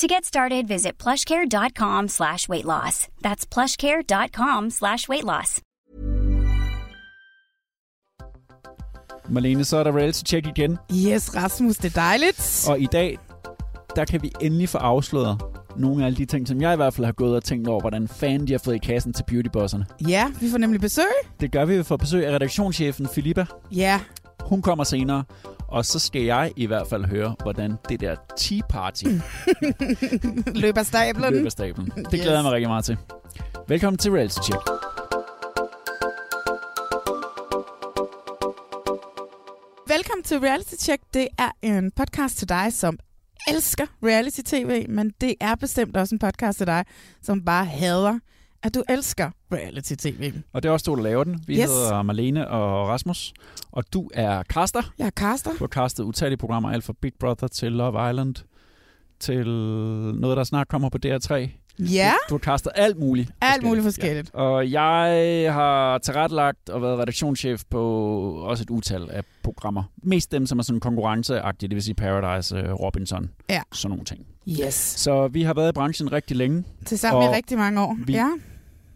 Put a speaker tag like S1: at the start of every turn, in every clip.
S1: To get started, visit plushcare.com slash weight loss. That's plushcare.com slash weight loss.
S2: Marlene, så er der reality check igen.
S3: Yes, Rasmus, det er dejligt.
S2: Og i dag, der kan vi endelig få afsløret nogle af alle de ting, som jeg i hvert fald har gået og tænkt over, hvordan fanden de har fået i kassen til beautybosserne.
S3: Ja, vi får nemlig besøg.
S2: Det gør vi ved for besøg af redaktionschefen Filippa.
S3: Ja,
S2: Hun kommer senere, og så skal jeg i hvert fald høre, hvordan det der tea party
S3: løber stablen.
S2: løber af stablen. Mm. Det glæder jeg mig rigtig meget til. Velkommen til Reality Check.
S3: Velkommen til Reality Check. Det er en podcast til dig, som elsker reality tv, men det er bestemt også en podcast til dig, som bare hader, at du elsker reality tv.
S2: Og det er også to, der laver den. Vi
S3: Yes.
S2: yes. hedder Marlene og Rasmus, og du er caster.
S3: Jeg er Carster.
S2: Du har castet utallige programmer, alt fra Big Brother til Love Island, til noget, der snart kommer på DR3.
S3: Ja,
S2: Du har castet alt muligt.
S3: alt muligt
S2: Ja.
S3: forskelligt.
S2: Og jeg har tilrettelagt og været redaktionschef på også et utal af programmer. Mest dem, som er sådan konkurrenceagtige, det vil sige Paradise, øh, Robinson,
S3: Ja.
S2: sådan nogle ting.
S3: Yes.
S2: Så vi har været i branchen rigtig længe,
S3: Tilsammen i
S2: Og
S3: rigtig mange år.
S2: vi-
S3: Ja,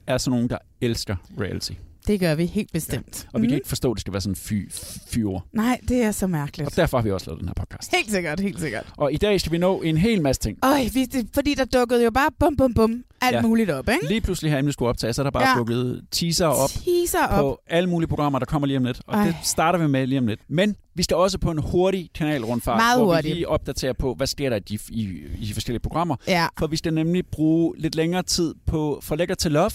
S2: er sådan nogen, der elsker reality.
S3: det gør vi helt bestemt.
S2: Og vi kan
S3: Mhm.
S2: ikke forstå, at det skal være sådan fy, fyre.
S3: Nej, det er så mærkeligt.
S2: Og derfor har vi også lavet den her podcast.
S3: Helt sikkert, helt sikkert.
S2: Og i dag skal vi nå en hel masse ting.
S3: Øj, vi, det, fordi der dukkede jo bare bum bum bum alt
S2: Ja.
S3: ja. muligt op, ikke?
S2: Lige pludselig her, inden vi skulle optage, så er der bare
S3: Ja.
S2: ja. dukket teaser op
S3: Teaser op.
S2: på alle mulige programmer, der kommer lige om lidt. Og
S3: Ej.
S2: Ej. det starter vi med lige om lidt. Men vi skal også på en hurtig kanalrundfart,
S3: Meget
S2: hvor
S3: hurtig.
S2: vi lige opdaterer på, hvad sker der i de, i, i de forskellige programmer.
S3: Ja,
S2: For vi skal nemlig bruge lidt længere tid på For Lækker til Love.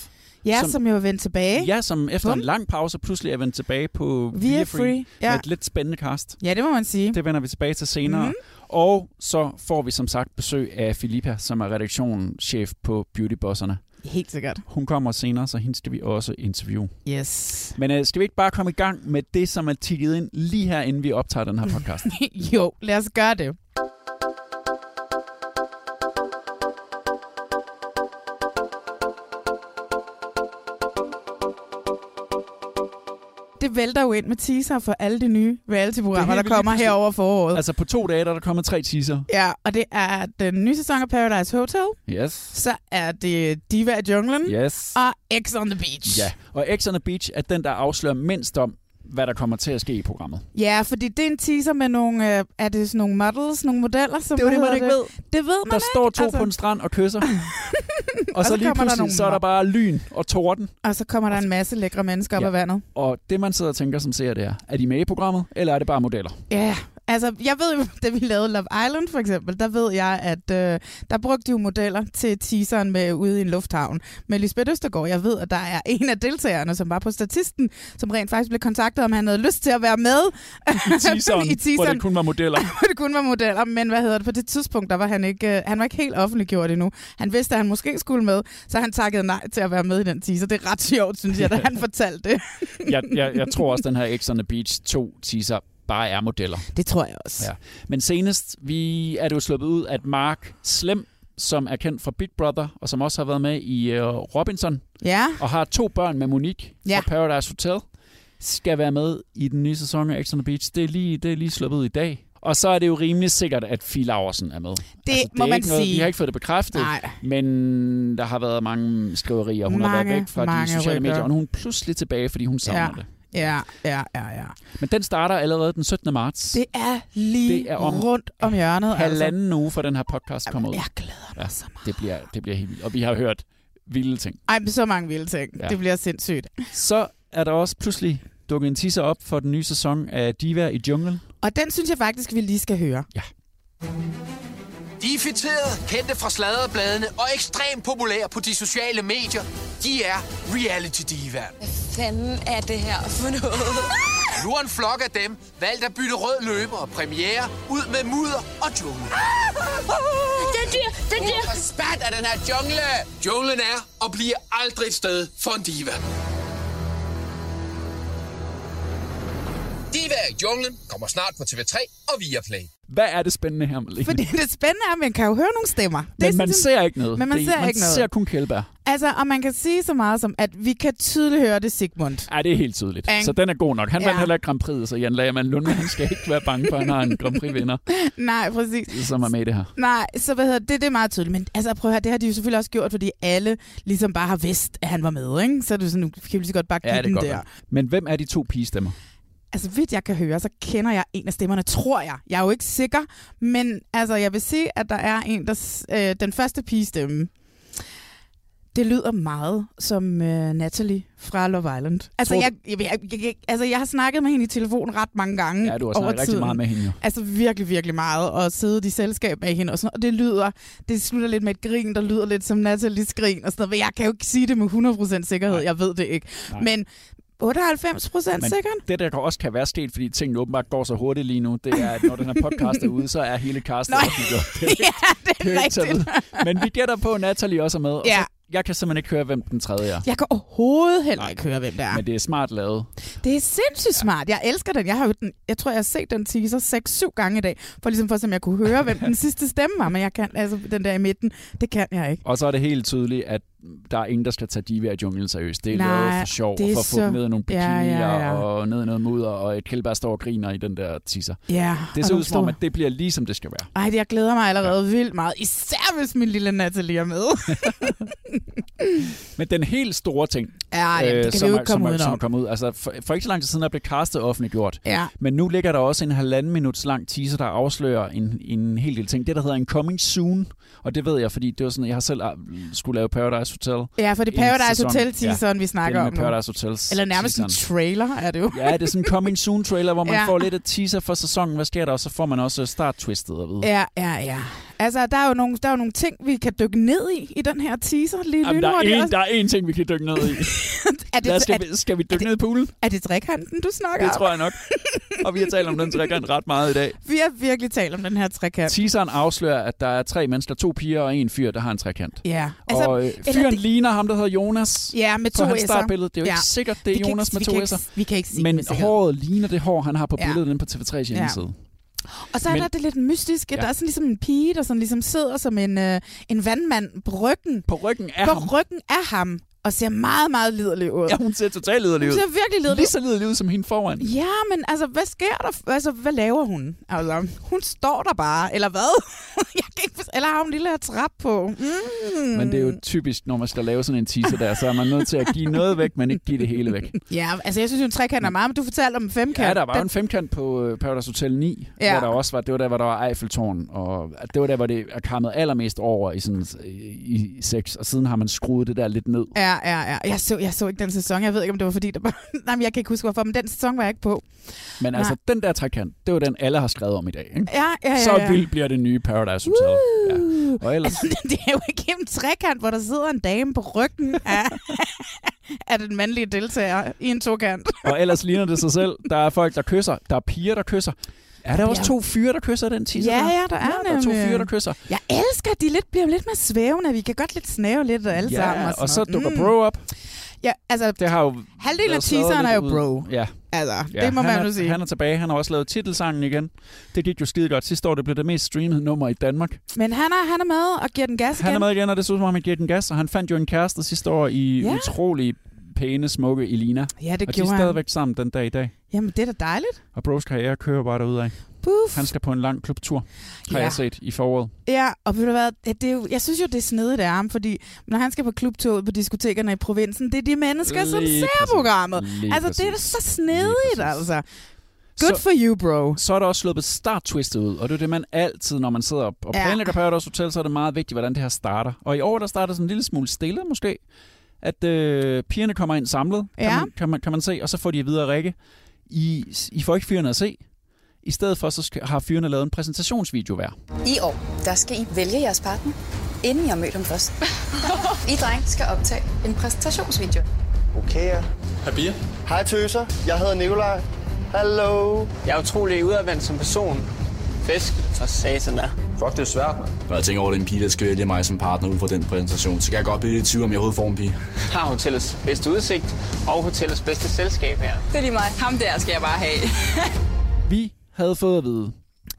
S3: ja som,
S2: Som-
S3: som jo er vendt tilbage.
S2: Ja, som efter
S3: Bum.
S2: en lang pause pludselig er vendt tilbage på
S3: vi er free. Ja.
S2: Med et lidt spændende cast.
S3: ja, det må man sige.
S2: Det vender vi tilbage til senere.
S3: Mhm.
S2: Mm-hmm. Og så får vi som sagt besøg af Filippa, som er redaktionschef på Beautybosserne.
S3: Helt sikkert.
S2: Hun kommer senere, så hende skal vi også interviewe.
S3: Yes.
S2: Men øh, skal vi ikke bare komme i gang med det, som er tigget ind lige her, inden vi optager den her podcast?
S3: jo, lad os gøre det. Det vælter jo ind med teaser for alle de nye
S2: Det er
S3: reality-programmer, der
S2: helt vildt
S3: kommer
S2: lige pludselig.
S3: her over foråret.
S2: altså på to dage, der er der kommet tre teaser.
S3: Ja, og det er den nye sæson af Paradise Hotel,
S2: Yes.
S3: så er det Diva i junglen
S2: Yes.
S3: og X on the Beach.
S2: Mm. Ja. Og X on the Beach er den, der afslører mindst om, hvad der kommer til at ske i programmet.
S3: ja, fordi det er en teaser med nogle, øh, er det sådan nogle models, nogle modeller, som
S2: jo det, man
S3: hedder
S2: ikke ved.
S3: Det ved man
S2: Der
S3: ikke.
S2: står to
S3: altså.
S2: altså... på en strand og kysser. og så
S3: så
S2: lige
S3: kommer der
S2: pludselig,
S3: nogle
S2: så er der
S3: mobber.
S2: bare lyn og torden.
S3: Og så kommer der en masse lækre mennesker op
S2: Altså- Ja.
S3: af vandet.
S2: Og det, man sidder og tænker som ser det er, er de med i programmet, eller er det bare modeller?
S3: Ja, altså jeg ved jo, da vi lavede Love Island for eksempel, der ved jeg, at øh, der brugte de jo modeller til teaseren med ude i en lufthavn. Men Lisbeth Østergaard, jeg ved, at der er en af deltagerne, som var på statisten, som rent faktisk blev kontaktet, om han havde lyst til at være med
S2: I teaseren,
S3: I teaseren.
S2: hvor det kun var modeller.
S3: hvor det kun var modeller, men hvad hedder det, på det tidspunkt, der var han ikke, øh, han var ikke helt offentliggjort endnu. Han vidste, at han måske skulle med, så han takkede nej til at være med i den teaser. Det er ret sjovt, synes jeg, da han fortalte det.
S2: jeg, jeg, jeg tror også, den her X on the Beach 2 teaser bare er modeller.
S3: Det tror jeg også.
S2: Ja. Men senest vi er det jo sluppet ud, at Mark Slem, som er kendt fra Big Brother, og som også har været med i øh, Robinson,
S3: ja.
S2: og har to børn med Monique
S3: Ja.
S2: ja. fra Paradise Hotel, skal være med i den nye sæson af X on the Beach. Det er lige, det er lige sluppet ud i dag. Og så er det jo rimelig sikkert, at Fie Laversen er med. Det,
S3: Det
S2: altså, det
S3: må
S2: er
S3: man
S2: ikke noget, Vi
S3: sige.
S2: har ikke fået det bekræftet,
S3: Nej.
S2: men der har været mange skriverier. Hun har
S3: Mange,
S2: været væk fra de
S3: mange
S2: sociale
S3: rygter.
S2: medier, og nu er hun pludselig tilbage, fordi hun savner
S3: Ja.
S2: det.
S3: Ja, ja, ja, ja.
S2: Men den starter allerede den 17. marts.
S3: Det altså- er lige
S2: Det er om
S3: rundt om hjørnet.
S2: halvanden uge, for den her podcast kommer ud.
S3: Altså. Jeg glæder mig
S2: Ja.
S3: så meget.
S2: Det bliver, det bliver helt vildt. Og vi har hørt vilde ting.
S3: Ej, men så mange vilde ting.
S2: Ja.
S3: Ja. Det bliver sindssygt.
S2: Så er der også pludselig dukket en teaser op for den nye sæson af Diva i Jungle.
S3: Og den synes jeg faktisk, vi lige skal høre.
S4: De er fitterede, kendte fra sladderbladene og ekstremt populære på de sociale medier. De er reality divaer.
S5: fanden er det her for noget?
S4: Nu er en flok af dem valgt at bytte rød løber og premiere ud med mudder og jungle.
S5: Den dyr, den dyr.
S4: Og spat af den her jungle! Junglen er og bliver aldrig et sted for en diva. Diva i junglen kommer snart på TV3 og Viaplay.
S2: Hvad er det spændende her, Malene?
S3: Fordi det spændende er, at man kan jo høre nogle stemmer. Det er
S2: Men man
S3: sådan-
S2: ser ikke noget.
S3: Men man
S2: det,
S3: ser
S2: man
S3: ikke
S2: Man
S3: noget.
S2: ser kun Kjellberg.
S3: Altså, og man kan sige så meget som, at vi kan tydeligt høre det er Sigmund.
S2: Ja, det er helt tydeligt.
S3: Ikke?
S2: Så den er god nok. Han vandt
S3: Ja.
S2: heller ikke Grand Prix, så Jan Lagermann Lunde, han skal ikke være bange for, at han har en Grand Prix-vinder,
S3: Nej, præcis.
S2: som er med i det her.
S3: Nej, så hvad hedder det, det er meget tydeligt. Men altså, prøv at høre, det har de jo selvfølgelig også gjort, fordi alle ligesom bare har vidst, at han var med, ikke? Så er det jo sådan, nu kan vi lige så godt bare give
S2: Ja, det er
S3: den
S2: godt.
S3: der.
S2: nok. Men hvem er de to pigestemmer?
S3: Altså, vidt jeg kan høre, så kender jeg en af stemmerne, tror jeg. Jeg er jo ikke sikker, men altså, jeg vil sige, at der er en, der... s- Øh, den første pigestemme, det lyder meget som øh, Natalie fra Love Island. Altså
S2: Tror-
S3: jeg, jeg, jeg, jeg, jeg, altså, jeg har snakket med hende i telefon ret mange gange
S2: Ja, du
S3: over
S2: har snakket rigtig
S3: tiden.
S2: meget med hende jo.
S3: Altså virkelig, virkelig meget, og sidde i selskab af hende og sådan noget. Og det lyder, det slutter lidt med et grin, der lyder lidt som Nathalie's grin og sådan noget. Men jeg kan jo ikke sige det med 100% sikkerhed,
S2: Nej.
S3: jeg ved det ikke.
S2: Nej.
S3: Nej. Men 98 procent
S2: Men-
S3: sikkert?
S2: Det, der også kan være sket, fordi tingene åbenbart går så hurtigt lige nu, det er, at når den her podcast er ude, så er hele castet
S3: Nå.
S2: offentliggjort. Det er
S3: Ja, det
S2: det er
S3: er
S2: jo ikke til at
S3: rigtigt.
S2: vide. Men vi gætter på, at Natalie også er med. Og
S3: Ja.
S2: så, jeg kan simpelthen ikke høre, hvem den tredje er.
S3: Jeg kan overhovedet heller ikke høre, hvem det er.
S2: Men det er smart lavet.
S3: Det er sindssygt smart. Jeg elsker den. Jeg, har jo den, jeg tror, jeg har set den teaser 6-7 gange i dag, for ligesom for, som jeg kunne høre, hvem den sidste stemme var. Men jeg kan, altså den der i midten, det kan jeg ikke.
S2: Og så er det helt tydeligt, at der er ingen, der skal tage Diva i junglen seriøst. Det er
S3: Nej,
S2: lavet for sjov,
S3: det
S2: og
S3: er
S2: for at få dem
S3: så-
S2: ned i nogle
S3: Ja,
S2: bikinier,
S3: ja, ja.
S2: og ned i noget mudder, og et kældbær står og griner i den der teaser.
S3: Ja,
S2: Det
S3: og
S2: ser ud
S3: nogle
S2: som om,
S3: store-
S2: at det bliver lige som det skal være.
S3: Ej, jeg glæder mig allerede ja. vildt meget. Især hvis min lille Natalie er med.
S2: Men den helt store ting,
S3: Ja,
S2: Øh,
S3: jamen, det kan vi jo
S2: som, er-
S3: ikke komme
S2: som, er- som er
S3: udenom.
S2: kommet ud, altså for, for ikke så lang tid siden er blevet castet offentliggjort.
S3: Ja.
S2: Men nu ligger der også en halvanden minuts lang teaser, der afslører en, en hel del ting. Det, der hedder en coming soon, og det ved jeg, fordi det var sådan, jeg har selv ah, skulle lave Paradise Hotel.
S3: Ja, for det
S2: En
S3: er Paradise
S2: sæson.
S3: Hotel-teaseren, ja. vi
S2: Det
S3: snakker
S2: er
S3: om
S2: med
S3: nu.
S2: Paradise Hotels
S3: Eller nærmest en
S2: teaseren.
S3: trailer, er det jo.
S2: Ja, det er sådan en coming soon trailer, hvor man ja.
S3: Ja.
S2: får lidt af teaser for sæsonen. Hvad sker der? Og så får man også start twistet og videre.
S3: Ja, ja, ja. Altså, der er, jo nogle, der er jo nogle ting, vi kan dykke ned i, i den her teaser lige nu.
S2: Jamen, der, er
S3: det
S2: en,
S3: også-
S2: der er én ting, vi kan dykke ned i.
S3: er,
S2: Lad os,
S3: det, er,
S2: skal, vi, skal vi dykke ned i poolen?
S3: er det trekanten, du snakker
S2: Det
S3: om?
S2: tror jeg nok. Og vi har talt om den trekant ret meget i dag.
S3: Vi har virkelig talt om den her trekant.
S2: Teaseren afslører, at der er tre mennesker, to piger og en fyr, der har en trekant.
S3: Ja.
S2: Altså, og øh, fyren
S3: det-
S2: ligner ham, der hedder Jonas.
S3: Ja, med
S2: på
S3: to
S2: hans
S3: S'er.
S2: startbillede. Det er jo ikke
S3: Ja.
S2: sikkert, det
S3: Vi
S2: er
S3: kan
S2: Jonas
S3: ikke-
S2: med
S3: vi
S2: to
S3: kan ikke-
S2: S'er.
S3: Vi kan ikke sige
S2: Men
S3: med sikkerhed.
S2: håret ligner det hår, han har på
S3: Ja.
S2: billedet inde på TV3's hjemmeside.
S3: Og så er
S2: Men-
S3: men, der det lidt mystiske.
S2: Ja.
S3: Ja. Der er sådan ligesom en pige, der sådan ligesom sidder som en, øh, en vandmand på ryggen.
S2: På ryggen af
S3: på
S2: ham.
S3: ryggen af ham. Og ser meget, meget liderlig ud.
S2: Ja, hun ser totalt liderlig
S3: hun
S2: ud.
S3: ser virkelig liderlig
S2: Lige
S3: ud.
S2: så liderlig ud som hende foran.
S3: Ja, men altså, hvad sker der? Altså, hvad laver hun? Altså, hun står der bare, eller hvad? Jeg kan ikke... forst- Eller har hun en lille her trap på? Mm.
S2: Men det er jo typisk, når man skal lave sådan en teaser der, så er man nødt til at give noget væk, men ikke give det hele væk.
S3: Ja, altså, jeg synes jo, en trekant er meget, men du fortalte om en femkant.
S2: Ja, der var jo
S3: Den-
S2: en femkant på øh, Paradise Hotel 9, ja.
S3: Ja.
S2: hvor der også var, det var der, hvor der var Eiffeltårn, og det var der, hvor det er kommet allermest over i, sådan, øh, i, i sex, og siden har man skruet det der lidt ned.
S3: Ja, ja, ja. Jeg så, jeg så ikke den sæson. Jeg ved ikke, om det var fordi, der var... Nej, men jeg kan ikke huske, hvorfor, men den sæson var jeg ikke på.
S2: Men Nej. altså, den der trekant, det var den, alle har skrevet om i dag. Ikke?
S3: Ja, ja, ja.
S2: Så
S3: ja.
S2: vildt bliver det nye Paradise Hotel. Ja.
S3: Uh.
S2: Og ellers,
S3: Altså, det er jo ikke en trekant, hvor der sidder en dame på ryggen af, af den mandlige deltager i en tokant.
S2: og ellers ligner det sig selv. Der er folk, der kysser. Der er piger, der kysser. Er der også
S3: Ja.
S2: to fyre, der kysser i den teaser?
S3: Ja,
S2: der?
S3: ja, der er
S2: ja, der er to
S3: nemlig.
S2: fyre, der kysser.
S3: Jeg elsker, at de lidt, bliver lidt mere svævende. Vi kan godt lidt snæve lidt alle sammen.
S2: Ja,
S3: sådan
S2: og så
S3: noget. Mm.
S2: dukker bro op.
S3: Ja, altså,
S2: Det har jo
S3: halvdelen af
S2: været sladret
S3: teaseren
S2: lidt
S3: er jo
S2: ud.
S3: bro.
S2: Ja,
S3: Altså,
S2: ja.
S3: det må
S2: han
S3: man
S2: er,
S3: jo sige.
S2: Han er tilbage. Han har også lavet titelsangen igen. Det gik jo skide godt. Sidste år det blev det mest streamede nummer i Danmark.
S3: Men han er, han er med og giver den gas
S2: Han er
S3: igen.
S2: med igen, og det synes som om, han giver den gas. Og han fandt jo en kæreste sidste år i
S3: Ja.
S2: utrolig pæne, smukke Elina.
S3: Ja, det
S2: og de er
S3: gjorde han.
S2: stadigvæk sammen den dag i dag.
S3: Jamen, det er da dejligt.
S2: Og Bros karriere kører bare derudad.
S3: Puff.
S2: Han skal på en lang klubtur, har ja.
S3: Ja.
S2: jeg set i foråret.
S3: Ja, og ved du hvad, det er jo, jeg synes jo, det er snedigt af ham, fordi når han skal på klubtoget på diskotekerne i provinsen, det er de mennesker, som
S2: Lige
S3: ser
S2: præcis.
S3: programmet.
S2: Lige
S3: altså, det er da
S2: præcis.
S3: så
S2: Lige
S3: snedigt,
S2: præcis.
S3: altså. Good
S2: Så-
S3: for you, bro.
S2: så er der også sluppet starttwistet ud, og det er det, man altid, når man sidder og og
S3: Ja.
S2: planlægger Paradise Hotel, så er det meget vigtigt, hvordan det her starter. Og i år, der starter sådan en lille smule stille måske, at øh, pigerne kommer ind samlet, kan,
S3: Ja.
S2: man, kan, man, kan man se, og så får de at vide af Rikke, I, I får ikke fyrene at se. I stedet for, så skal, har fyrene lavet en præsentationsvideo hver.
S6: I år, der skal I vælge jeres partner, inden jeg mødte ham først. I dreng skal optage en præsentationsvideo.
S7: Okay. ja.
S8: Papir?
S7: Hej tøser, jeg hedder Nikolaj. Hallo.
S9: Jeg er utrolig udadvendt som person. Fisk for satan der.
S8: Fuck, det er svært, mand.
S10: Når jeg tænker over, at det er en pige, der skal vælge mig som partner ud fra den præsentation, så kan jeg godt blive lidt i tvivl, om jeg overhovedet får en pige.
S9: Har hotellets bedste udsigt og hotellets bedste selskab her.
S6: Det er lige mig. Ham der skal jeg bare have.
S2: Vi havde fået at vide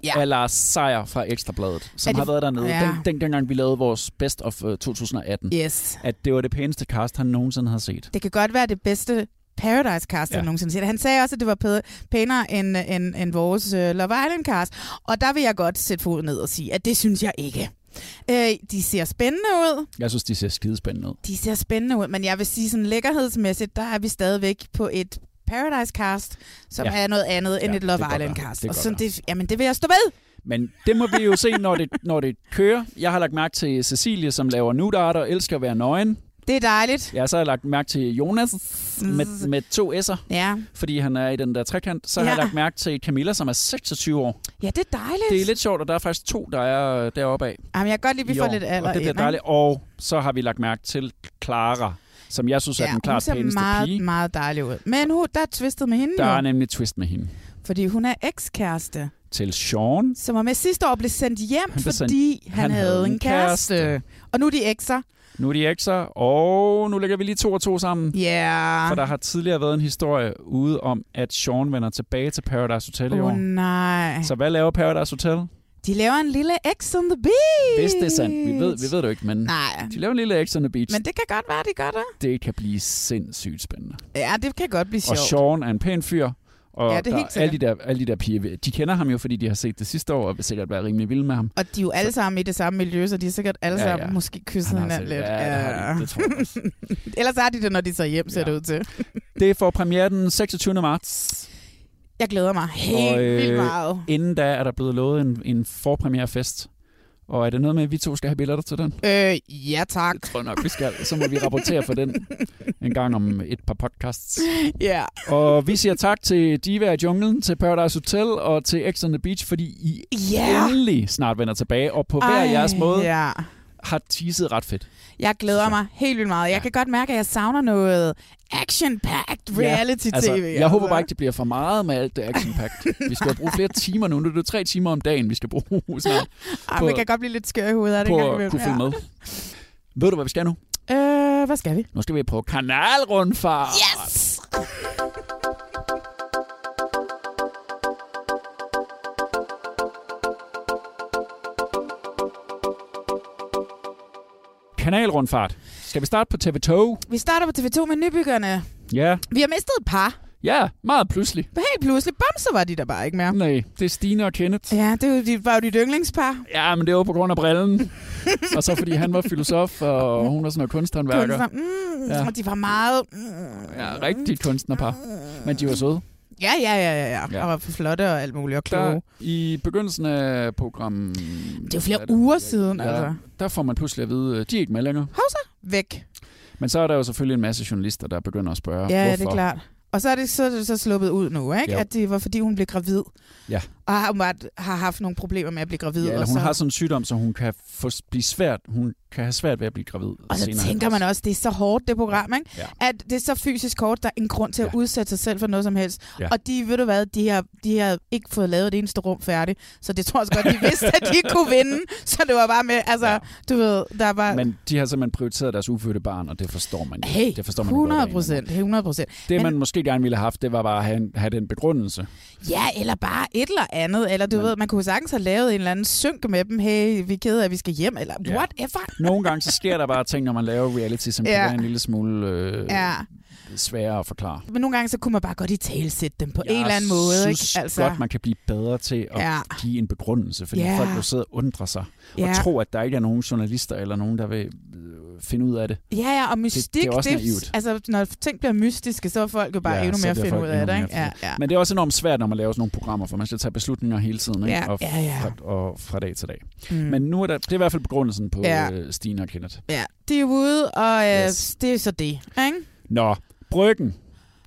S3: Ja.
S2: ja. af Lars Seier fra Ekstrabladet, som
S3: Er det-
S2: har været dernede,
S3: Ja.
S2: ja. den, den, dengang vi lavede vores Best of øh, 2018,
S3: Yes.
S2: at det var det pæneste cast, han nogensinde havde set.
S3: Det kan godt være det bedste Paradise cast, ja.
S2: Ja.
S3: nogensinde set. Han sagde også, at det var pæ- pænere end, end, end vores øh, Love Island cast. Og der vil jeg godt sætte foden ned og sige, at det synes jeg ikke. Øh, de ser spændende ud.
S2: Jeg synes, de ser skidespændende ud.
S3: De ser spændende ud, men jeg vil sige sådan lækkerhedsmæssigt, der er vi stadigvæk på et Paradise cast, som ja.
S2: Ja.
S3: er noget andet end
S2: Ja,
S3: et Love
S2: det kan godt
S3: Island
S2: være.
S3: cast.
S2: Det
S3: og
S2: kan
S3: sådan,
S2: godt
S3: det, jamen det vil jeg stå ved.
S2: Men det må vi jo se, når det, når det kører. Jeg har lagt mærke til Cecilie, som laver nudarter og elsker at være nøgen.
S3: Det er dejligt.
S2: Jeg har så lagt mærke til Jonas med, med to s'er,
S3: Ja,
S2: fordi han er i den der trekant. Så ja. har
S3: Mm. Ja.
S2: jeg lagt mærke til Camilla, som er 26 år.
S3: ja det er dejligt.
S2: Det er lidt sjovt, og der er faktisk to, der er øh, deroppe af.
S3: Jamen, jeg kan godt lide, at vi
S2: i
S3: får
S2: år,
S3: lidt alder
S2: og det bliver
S3: ind, ikke?
S2: dejligt. Og så har vi lagt mærke til Clara, som jeg synes er den
S3: hun
S2: klart
S3: ser
S2: pæneste
S3: meget,
S2: pige.
S3: meget dejlig ud. Men hun, der er twistet med hende
S2: Der er
S3: nu,
S2: nemlig et twist med hende.
S3: fordi hun er ekskæreste,
S2: Til Sean.
S3: som var med sidste år blev sendt hjem,
S2: Han blev sendt-
S3: fordi han,
S2: han
S3: havde
S2: havde
S3: en
S2: en
S3: kæreste. Og nu er de ekser.
S2: Nu er de ekser, og nu lægger vi lige to og to sammen.
S3: Ja.
S2: For der har tidligere været en historie ude om, at Sean vender tilbage til Paradise Hotel i
S3: Åh
S2: år.
S3: oh, nej.
S2: Så hvad laver Paradise Hotel?
S3: De laver en lille X on the beach.
S2: Hvis det er sandt, vi ved, vi ved det jo ikke, men
S3: Nej,
S2: de laver en lille X on the Beach.
S3: men det kan godt være, de gør det.
S2: det kan blive sindssygt spændende.
S3: Ja, det kan godt blive
S2: Og
S3: sjovt.
S2: Sean er en pæn fyr, og
S3: Ja, det er
S2: der,
S3: helt sikkert.
S2: alle, de der, alle de der piger, de kender ham jo, fordi de har set det sidste år, og vil sikkert være rimelig vilde med ham.
S3: Og de er jo alle sammen i det samme miljø, så de er sikkert alle
S2: Ja,
S3: sammen
S2: ja.
S3: måske
S2: Han
S3: kysset
S2: har
S3: hinanden
S2: sikkert-
S3: lidt.
S2: Ja, det, har de, det tror jeg også.
S3: Ellers er de det, når de tager hjem, ser
S2: Ja.
S3: det ud til.
S2: Det får premiere den 26. marts.
S3: Jeg glæder mig helt
S2: Og, øh,
S3: vildt meget.
S2: Inden da er der blevet lovet en, en forpremierefest. Og er det noget med, at vi to skal have billetter til den?
S3: Øh, ja tak.
S2: Det tror jeg nok, vi skal. Så må vi rapportere for den en gang om et par podcasts.
S3: Ja.
S2: Og vi siger tak til Diva i junglen, til Paradise Hotel og til X on the Beach, fordi I
S3: Ja.
S2: endelig snart vender tilbage, og på hver jeres måde
S3: Ja.
S2: har teaset ret fedt.
S3: Jeg glæder
S2: Så.
S3: mig helt vildt meget. Jeg kan godt mærke, at jeg savner noget action-packed reality-tv.
S2: altså, Jeg håber bare ikke, det bliver for meget med alt det action -packed. Vi skal jo bruge flere timer nu. Nu er det tre timer om dagen, vi skal bruge snart
S3: Ej,
S2: på-
S3: man Ah, kan godt blive lidt skør i hovedet af det.
S2: på
S3: en gang imellem.
S2: at kunne følge med. Ved du, hvad vi skal nu?
S3: Ja. Øh, hvad skal vi?
S2: Nu skal vi på kanalrundfart. Yes! Kanalrundfart. Skal vi starte på TV2?
S3: Vi starter på TV2 med nybyggerne.
S2: Ja.
S3: Vi har mistet et par.
S2: Ja, meget pludselig.
S3: Men helt pludselig, bum, så var de der bare ikke mere.
S2: Nej, det er Stine og Kenneth.
S3: Ja, det var jo dit- var jo dit yndlingspar.
S2: Ja, men det var på grund af brillen. og så fordi han var filosof, og hun var sådan noget kunsthåndværker.
S3: Kunstner. Mm,
S2: Ja.
S3: ja. Og de var meget... Mm,
S2: Ja, rigtig kunstnerpar. Men de var søde.
S3: Ja, ja, ja, ja, ja.
S2: Ja.
S3: Og var flotte og alt muligt og
S2: Der,
S3: kloge.
S2: I begyndelsen af programmet... Det
S3: Det er jo flere uger siden,
S2: Ja.
S3: altså.
S2: Der får man pludselig at vide, at de er ikke med længere.
S3: Væk.
S2: Men så er der jo selvfølgelig en masse journalister, der begynder at spørge,
S3: Ja,
S2: hvorfor.
S3: det er klart. Og så er det så, er det så sluppet ud nu, ikke?
S2: Jo.
S3: At det var, fordi hun blev gravid.
S2: Ja.
S3: Og har, åbenbart- har haft nogle problemer med at blive gravid.
S2: Ja, eller
S3: og
S2: hun
S3: så,
S2: har sådan en sygdom, så hun kan få, blive svært. Hun kan have svært ved at blive gravid.
S3: og så
S2: senere.
S3: tænker man også, det er så hårdt, det program, ikke?
S2: Ja.
S3: At det er så fysisk hårdt, der er en grund til at
S2: Ja.
S3: udsætte sig selv for noget som helst.
S2: Ja.
S3: Og de, ved du hvad, de har, de har ikke fået lavet det eneste rum færdigt. Så det tror jeg også godt, de vidste, at de kunne vinde. Så det var bare med, altså,
S2: Ja.
S3: ja. du ved, der var...
S2: Men de har simpelthen prioriteret deres ufødte barn, og det forstår man jo.
S3: Hey,
S2: det forstår man jo godt,
S3: 100
S2: at det er en-
S3: procent, 100 procent.
S2: Det,
S3: Men-
S2: man måske gerne ville have haft, det var bare at have, en- have den begrundelse.
S3: Ja, eller bare et eller andet. Eller du
S2: Men-
S3: ved, man kunne sagtens have lavet en eller anden synk med dem. Hey, vi er kede af, at vi skal hjem, eller
S2: Ja.
S3: whatever.
S2: Nogle gange så sker der bare ting, når man laver reality, som ja.
S3: Ja.
S2: kan være en lille smule øh,
S3: Ja.
S2: ja. sværere at forklare.
S3: Men nogle gange, så kunne man bare godt i talsætte dem på
S2: Jeg
S3: en eller anden måde.
S2: synes
S3: ikke?
S2: altså... godt, man kan blive bedre til at
S3: Ja.
S2: ja. give en begrundelse, fordi
S3: Ja.
S2: folk jo sidder og undrer sig, ja. og tror, at der ikke er nogen journalister eller nogen, der vil øh, finde ud af det.
S3: Ja, ja, og mystik,
S2: det er også
S3: det,
S2: naivt.
S3: Altså, når ting bliver mystiske, så er folk jo bare
S2: Ja,
S3: ja, endnu
S2: så
S3: mere
S2: bliver
S3: finde
S2: folk
S3: ud af
S2: endnu
S3: det,
S2: mere
S3: ikke? Ja, ja.
S2: Men det er også enormt svært, når man laver sådan nogle programmer, for man skal tage beslutninger hele tiden, ikke?
S3: Ja,
S2: og,
S3: ja, ja.
S2: Fra, og fra dag til dag.
S3: Mm.
S2: Men nu er der, det er i hvert fald begrundelsen på
S3: Ja.
S2: ja. Stine og Kenneth.
S3: Mm. Ja, de er ude, og øh,
S2: Yes.
S3: yes. det er så det, ikke?
S2: Nå, bryggen.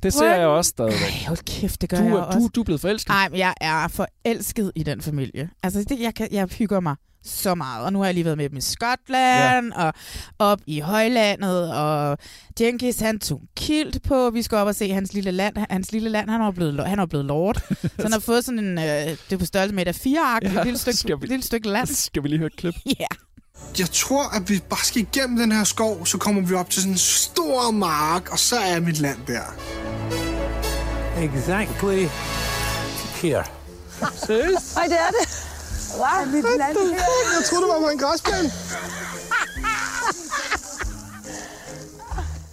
S2: Det ser
S3: Bryggen.
S2: jeg også stadigvæk.
S3: Ej, hold kæft, det gør
S2: Du,
S3: jeg
S2: er-
S3: også.
S2: du, du er blevet forelsket.
S3: Nej, men jeg er forelsket i den familie. Altså, det, jeg, kan, jeg hygger mig så meget. Og nu har jeg lige været med dem i Skotland, ja. og op i højlandet, og Jenkins, han tog en kilt på. Vi skal op og se hans lille land. Hans lille land, han er blevet, lo- han er blevet lord. Så han har fået sådan en, øh, det er på størrelse med et af fire
S2: Ja,
S3: ja, lille stykke,
S2: skal vi-
S3: lille stykke land.
S2: Skal vi lige høre et klip?
S3: Ja.
S8: Jeg tror, at vi bare skal igennem den her skov, så kommer vi op til sådan en stor mark, og så er mit land der.
S11: Exactly here. Seriøst?
S8: Nej, det er det. Wow, mit land Jeg troede, det var på en græsplæne.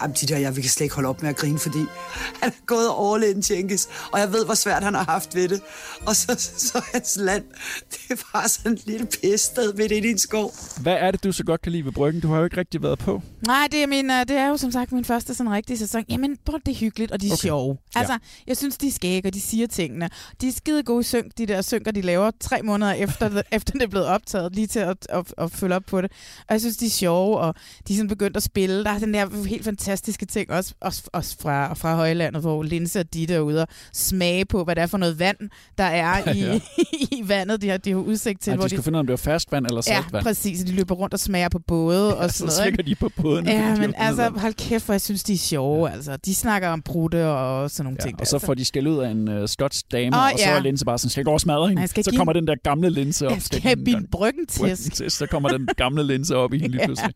S12: Jamen, de der, jeg, vi kan slet ikke holde op med at grine, fordi han er gået all in, Tjenkis, og jeg ved, hvor svært han har haft ved det. Og så, så, så hans land, det er bare sådan et lille pissted midt inde i en skov.
S2: Hvad er det, du så godt kan lide ved bryggen? Du har jo ikke rigtig været på.
S3: Nej, det er, min, øh, det er jo som sagt min første sådan rigtige sæson. Jamen, prøv, det er hyggeligt, og de er
S2: Okay.
S3: okay. sjove.
S2: Ja.
S3: Altså, jeg synes, de er skægge, og de siger tingene. De er skide gode synk, de der synker, de laver tre måneder efter, det- efter det er blevet optaget, lige til at, at, at, følge op på det. Og jeg synes, de er sjove, og de er sådan begyndt at spille. Der er den der helt fantastiske ting, også, også, også fra, fra Højlandet, hvor Linse og Ditte er ude og smage på, hvad det er for noget vand, der er i,
S2: Ja.
S3: ja. i vandet. De har, de har udsigt til,
S2: Ej,
S3: hvor
S2: de skulle finde ud af, om det var ferskvand eller
S3: Ja,
S2: saltvand.
S3: præcis. og De løber rundt og smager på både og sådan
S2: Så
S3: noget. ikke?
S2: slikker de på båden. fordi de
S3: Ja,
S2: har
S3: men
S2: fundet
S3: altså,
S2: vand.
S3: hold kæft, hvor jeg synes, de er sjove, ja. altså. De snakker om brutte og sådan nogle ja, ting.
S2: Og så får de skæld ud af en uh, skotsk dame,
S3: Åh,
S2: oh, og så
S3: ja.
S2: er Linse bare sådan, skal jeg gå og smadre hende?
S3: Jeg skal
S2: Så
S3: give-
S2: kommer den der gamle Linse op.
S3: Jeg skal have min bryggen-test.
S2: bryggen-test. Så kommer den gamle Linse op i hende lige pludselig.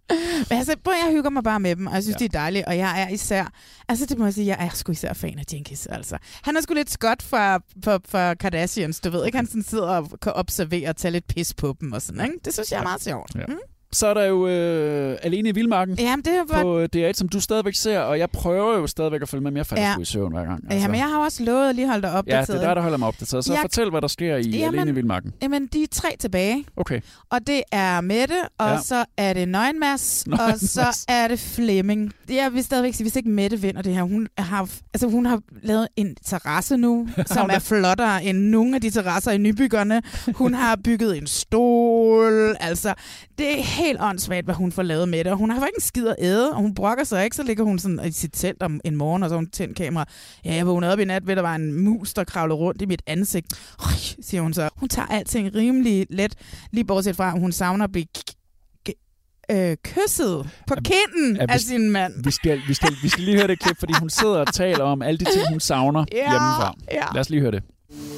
S3: Men altså, prøv, jeg hygger mig bare med dem, og jeg synes,
S2: Ja.
S3: ja. det er dejligt. Og jeg er især, altså det må jeg sige, jeg er sgu især fan af Jenkins, altså. Han er sgu lidt skot fra, fra, fra Kardashians, du ved ikke? Han sådan sidder og kan observere og tage lidt pis på dem og sådan, ikke? Det synes jeg er
S2: Ja.
S3: meget sjovt.
S2: Ja. Så er der jo øh, Alene i Vildmarken
S3: Jamen, det var...
S2: på øh, DR1, som du stadigvæk ser, og jeg prøver jo stadigvæk at følge med, men jeg falder
S3: Ja.
S2: ja. i søvn hver gang.
S3: Altså. Jamen, jeg har jo også lovet at lige holde dig
S2: ja,
S3: opdateret.
S2: det er dig, der holder mig opdateret. Så jeg...
S3: Jeg-
S2: fortæl, hvad der sker i
S3: Jamen-
S2: Alene i Vildmarken.
S3: Jamen, de er tre tilbage.
S2: Okay.
S3: Og det er Mette, og
S2: Ja.
S3: ja. så er det Nøgenmas, og
S2: Nøgenmas.
S3: så er det Flemming. Jeg vil stadigvæk sige, hvis ikke Mette vinder det her, hun har, altså hun har lavet en terrasse nu, som
S2: Hun er-
S3: er flottere end nogle af de terrasser i nybyggerne. Hun har bygget en stol, altså det er helt åndssvagt, hvad hun får lavet med det. Og hun har ikke en skid at æde, og hun brokker sig ikke, så ligger hun sådan i sit telt om en morgen, og så har hun tændt kamera. Ja, jeg vågnede op i nat ved, at der var en mus, der kravlede rundt i mit ansigt. Øj, siger hun så. Hun tager alting rimelig let, lige bortset fra, at hun savner at blive k- k- øh, kysset på kinden
S2: er vi-
S3: af sin mand.
S2: Vi skal, vi, skal, vi skal lige høre det klip, fordi hun sidder og taler om alle de ting, hun savner
S3: Ja,
S2: hjemmefra.
S3: ja.
S2: Lad os lige høre det.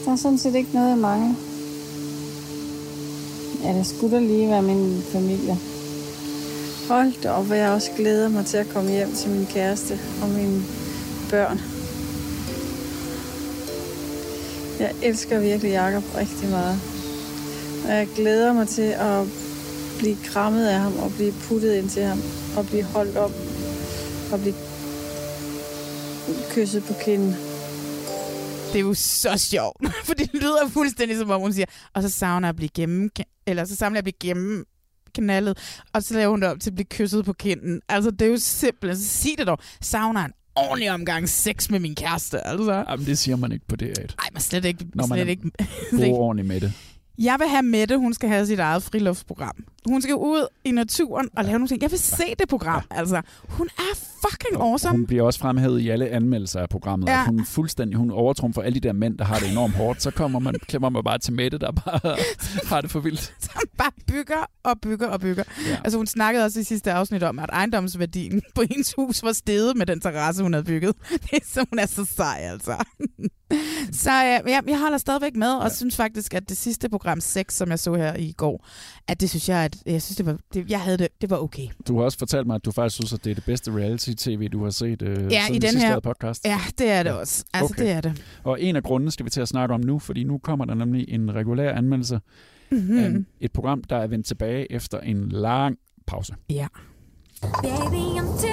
S13: Der er sådan set ikke noget, jeg mangler. Ja, det skulle da lige være min familie. Hold da op, hvor jeg også glæder mig til at komme hjem til min kæreste og mine børn. Jeg elsker virkelig Jakob rigtig meget. Og jeg glæder mig til at blive krammet af ham og blive puttet ind til ham og blive holdt op og blive kysset på kinden.
S3: Det er jo så sjovt, for det lyder fuldstændig som om hun siger, og så savner jeg at blive gennem, eller så savner jeg at blive gennem knaldet, og så laver hun det op til at blive kysset på kinden. Altså, det er jo simpelthen, så sig det dog, savner en ordentlig omgang sex med min kæreste, altså.
S2: Jamen, det siger man ikke på DR1.
S3: Nej, men slet ikke.
S2: Når man
S3: slet
S2: er
S3: ikke, slet ikke.
S2: Ordentligt med det.
S3: Jeg vil have Mette, hun skal have sit eget friluftsprogram. Hun skal ud i naturen og lave nogle ting. Jeg vil se det program, altså. Hun er fucking awesome.
S2: Hun bliver også fremhævet i alle anmeldelser af programmet. Ja.
S3: Ja.
S2: At hun fuldstændig hun overtrumfer alle de der mænd, der har det enormt hårdt. Så kommer man, klemmer man bare til Mette, der bare har det for vildt.
S3: Som bare bygger og bygger og bygger.
S2: Ja.
S3: Ja. Altså hun snakkede også i sidste afsnit om, at ejendomsværdien på hendes hus var steget med den terrasse, hun havde bygget. Det er, så hun er så sej, altså. så øh, jeg, jeg holder stadigvæk med, og ja. synes faktisk, at det sidste program 6, som jeg så her i går, at det synes jeg, at jeg synes, det var, det, jeg havde det, det var okay.
S2: Du har også fortalt mig, at du faktisk synes, at det er det bedste reality-tv, du har set øh, ja, siden
S3: i
S2: vi
S3: den
S2: sidst
S3: her-
S2: lavede podcast.
S3: Ja, det er det
S2: Ja.
S3: også. Altså, okay.
S2: Okay.
S3: det er det.
S2: Og en af grundene skal vi til at snakke om nu, fordi nu kommer der nemlig en regulær anmeldelse
S3: Mm-hmm.
S2: af en- et program, der er vendt tilbage efter en lang pause.
S3: Ja.
S14: Baby, I'm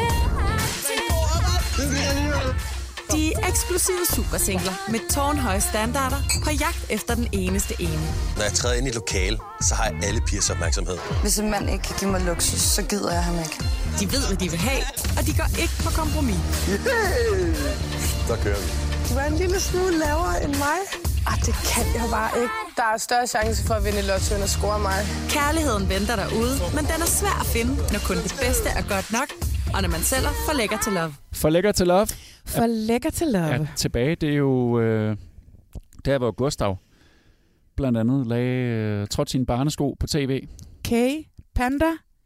S14: De eksklusive supersingler med tårnhøje standarder på jagt efter den eneste ene.
S15: Når jeg træder ind i et lokale, så har jeg alle pigers opmærksomhed.
S6: Hvis en mand ikke kan give mig luksus, så gider jeg ham ikke.
S14: De ved, hvad de vil have, og de går ikke på kompromis.
S10: Der kører vi.
S15: Du er en lille smule lavere end mig. Ah, det kan jeg bare ikke. Der er større chance for at vinde i lotto, end at score mig.
S14: Kærligheden venter derude, men den er svær at finde, når kun det bedste er godt nok, og når man selv er for lækker til love.
S2: For lækker til love.
S3: For lækker til love.
S2: Ja, tilbage, det er jo øh, der, hvor Gustav blandt andet lagde, øh, trådte sine barnesko på tv.
S3: Okay, panda,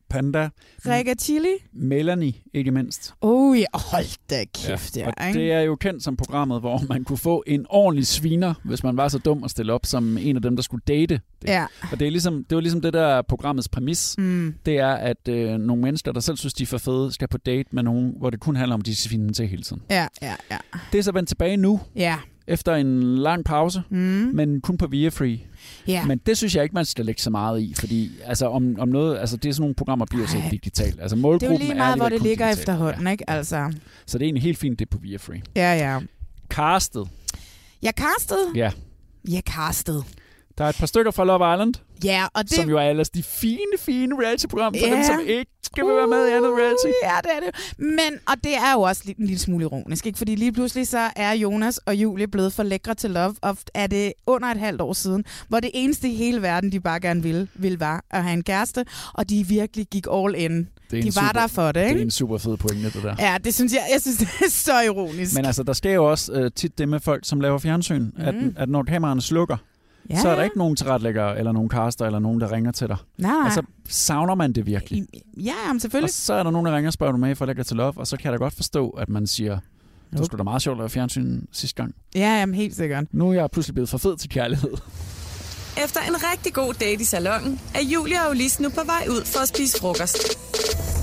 S2: Panda,
S3: Rikke Chili.
S2: Melanie, ikke mindst.
S3: Oh ja, hold da kæft, ja.
S2: og
S3: ikke?
S2: det er jo kendt som programmet, hvor man kunne få en ordentlig sviner, hvis man var så dum at stille op som en af dem, der skulle date. Det.
S3: Ja.
S2: Og det, er ligesom, det var ligesom det der programmets præmis.
S3: Mm.
S2: Det er, at øh, nogle mennesker, der selv synes, de er for fede, skal på date med nogen, hvor det kun handler om, at de skal finde til hele tiden.
S3: Ja, ja, ja.
S2: Det er så vendt tilbage nu,
S3: Ja.
S2: efter en lang pause,
S3: mm.
S2: men kun på Viafree.
S3: Ja.
S2: Men det synes jeg ikke, man skal lægge så meget i, fordi altså, om, om noget, altså, det er sådan nogle programmer, bliver så ikke digitalt. Altså,
S3: Det er jo
S2: målgruppen
S3: lige meget, hvor
S2: alligevel
S3: det
S2: kun
S3: ligger
S2: digitalt.
S3: efterhånden, ikke? Altså,
S2: Så det er egentlig helt fint, det er på Viafree.
S3: ja, ja.
S2: Castet.
S3: Jeg castede.
S2: Ja.
S3: Jeg castede.
S2: Der er et par stykker fra Love Island,
S3: Ja, og
S2: det...
S3: det...
S2: som jo er ellers de fine, fine reality-program for
S3: Ja.
S2: dem, som ikke skal være med i andet reality.
S3: Ja, det er det. jo. Men, og det er jo også lidt- en lille smule ironisk, ikke? Fordi lige pludselig så er Jonas og Julie blevet for lækre til love, og er det under et halvt år siden, hvor det eneste i hele verden, de bare gerne ville, ville var at have en kæreste, og de virkelig gik all in.
S2: er
S3: De
S2: en
S3: var
S2: super,
S3: der for det, ikke?
S2: Det er en super fed pointe, det der.
S3: Ja, det synes jeg, jeg synes, det er så ironisk.
S2: Men altså, der sker jo også øh, tit det med folk, som laver fjernsyn, mm. at,
S3: Mhm.
S2: at når kameraerne slukker,
S3: Ja.
S2: ja. så er der ikke nogen tilretlæggere, eller nogen caster, eller nogen, der ringer til dig.
S3: Nej.
S2: Og så savner man det virkelig.
S3: Ja, jamen selvfølgelig.
S2: Og så er der nogen, der ringer og spørger, "Er du med for lækker til love, og så kan jeg da godt forstå, at man siger, det var sgu da meget sjovt at lave fjernsyn sidste gang.
S3: Ja, jamen helt sikkert.
S2: Nu er jeg pludselig blevet for fed til kærlighed.
S14: Efter en rigtig god date i salongen, er Julia og Ulis nu på vej ud for at spise frokost.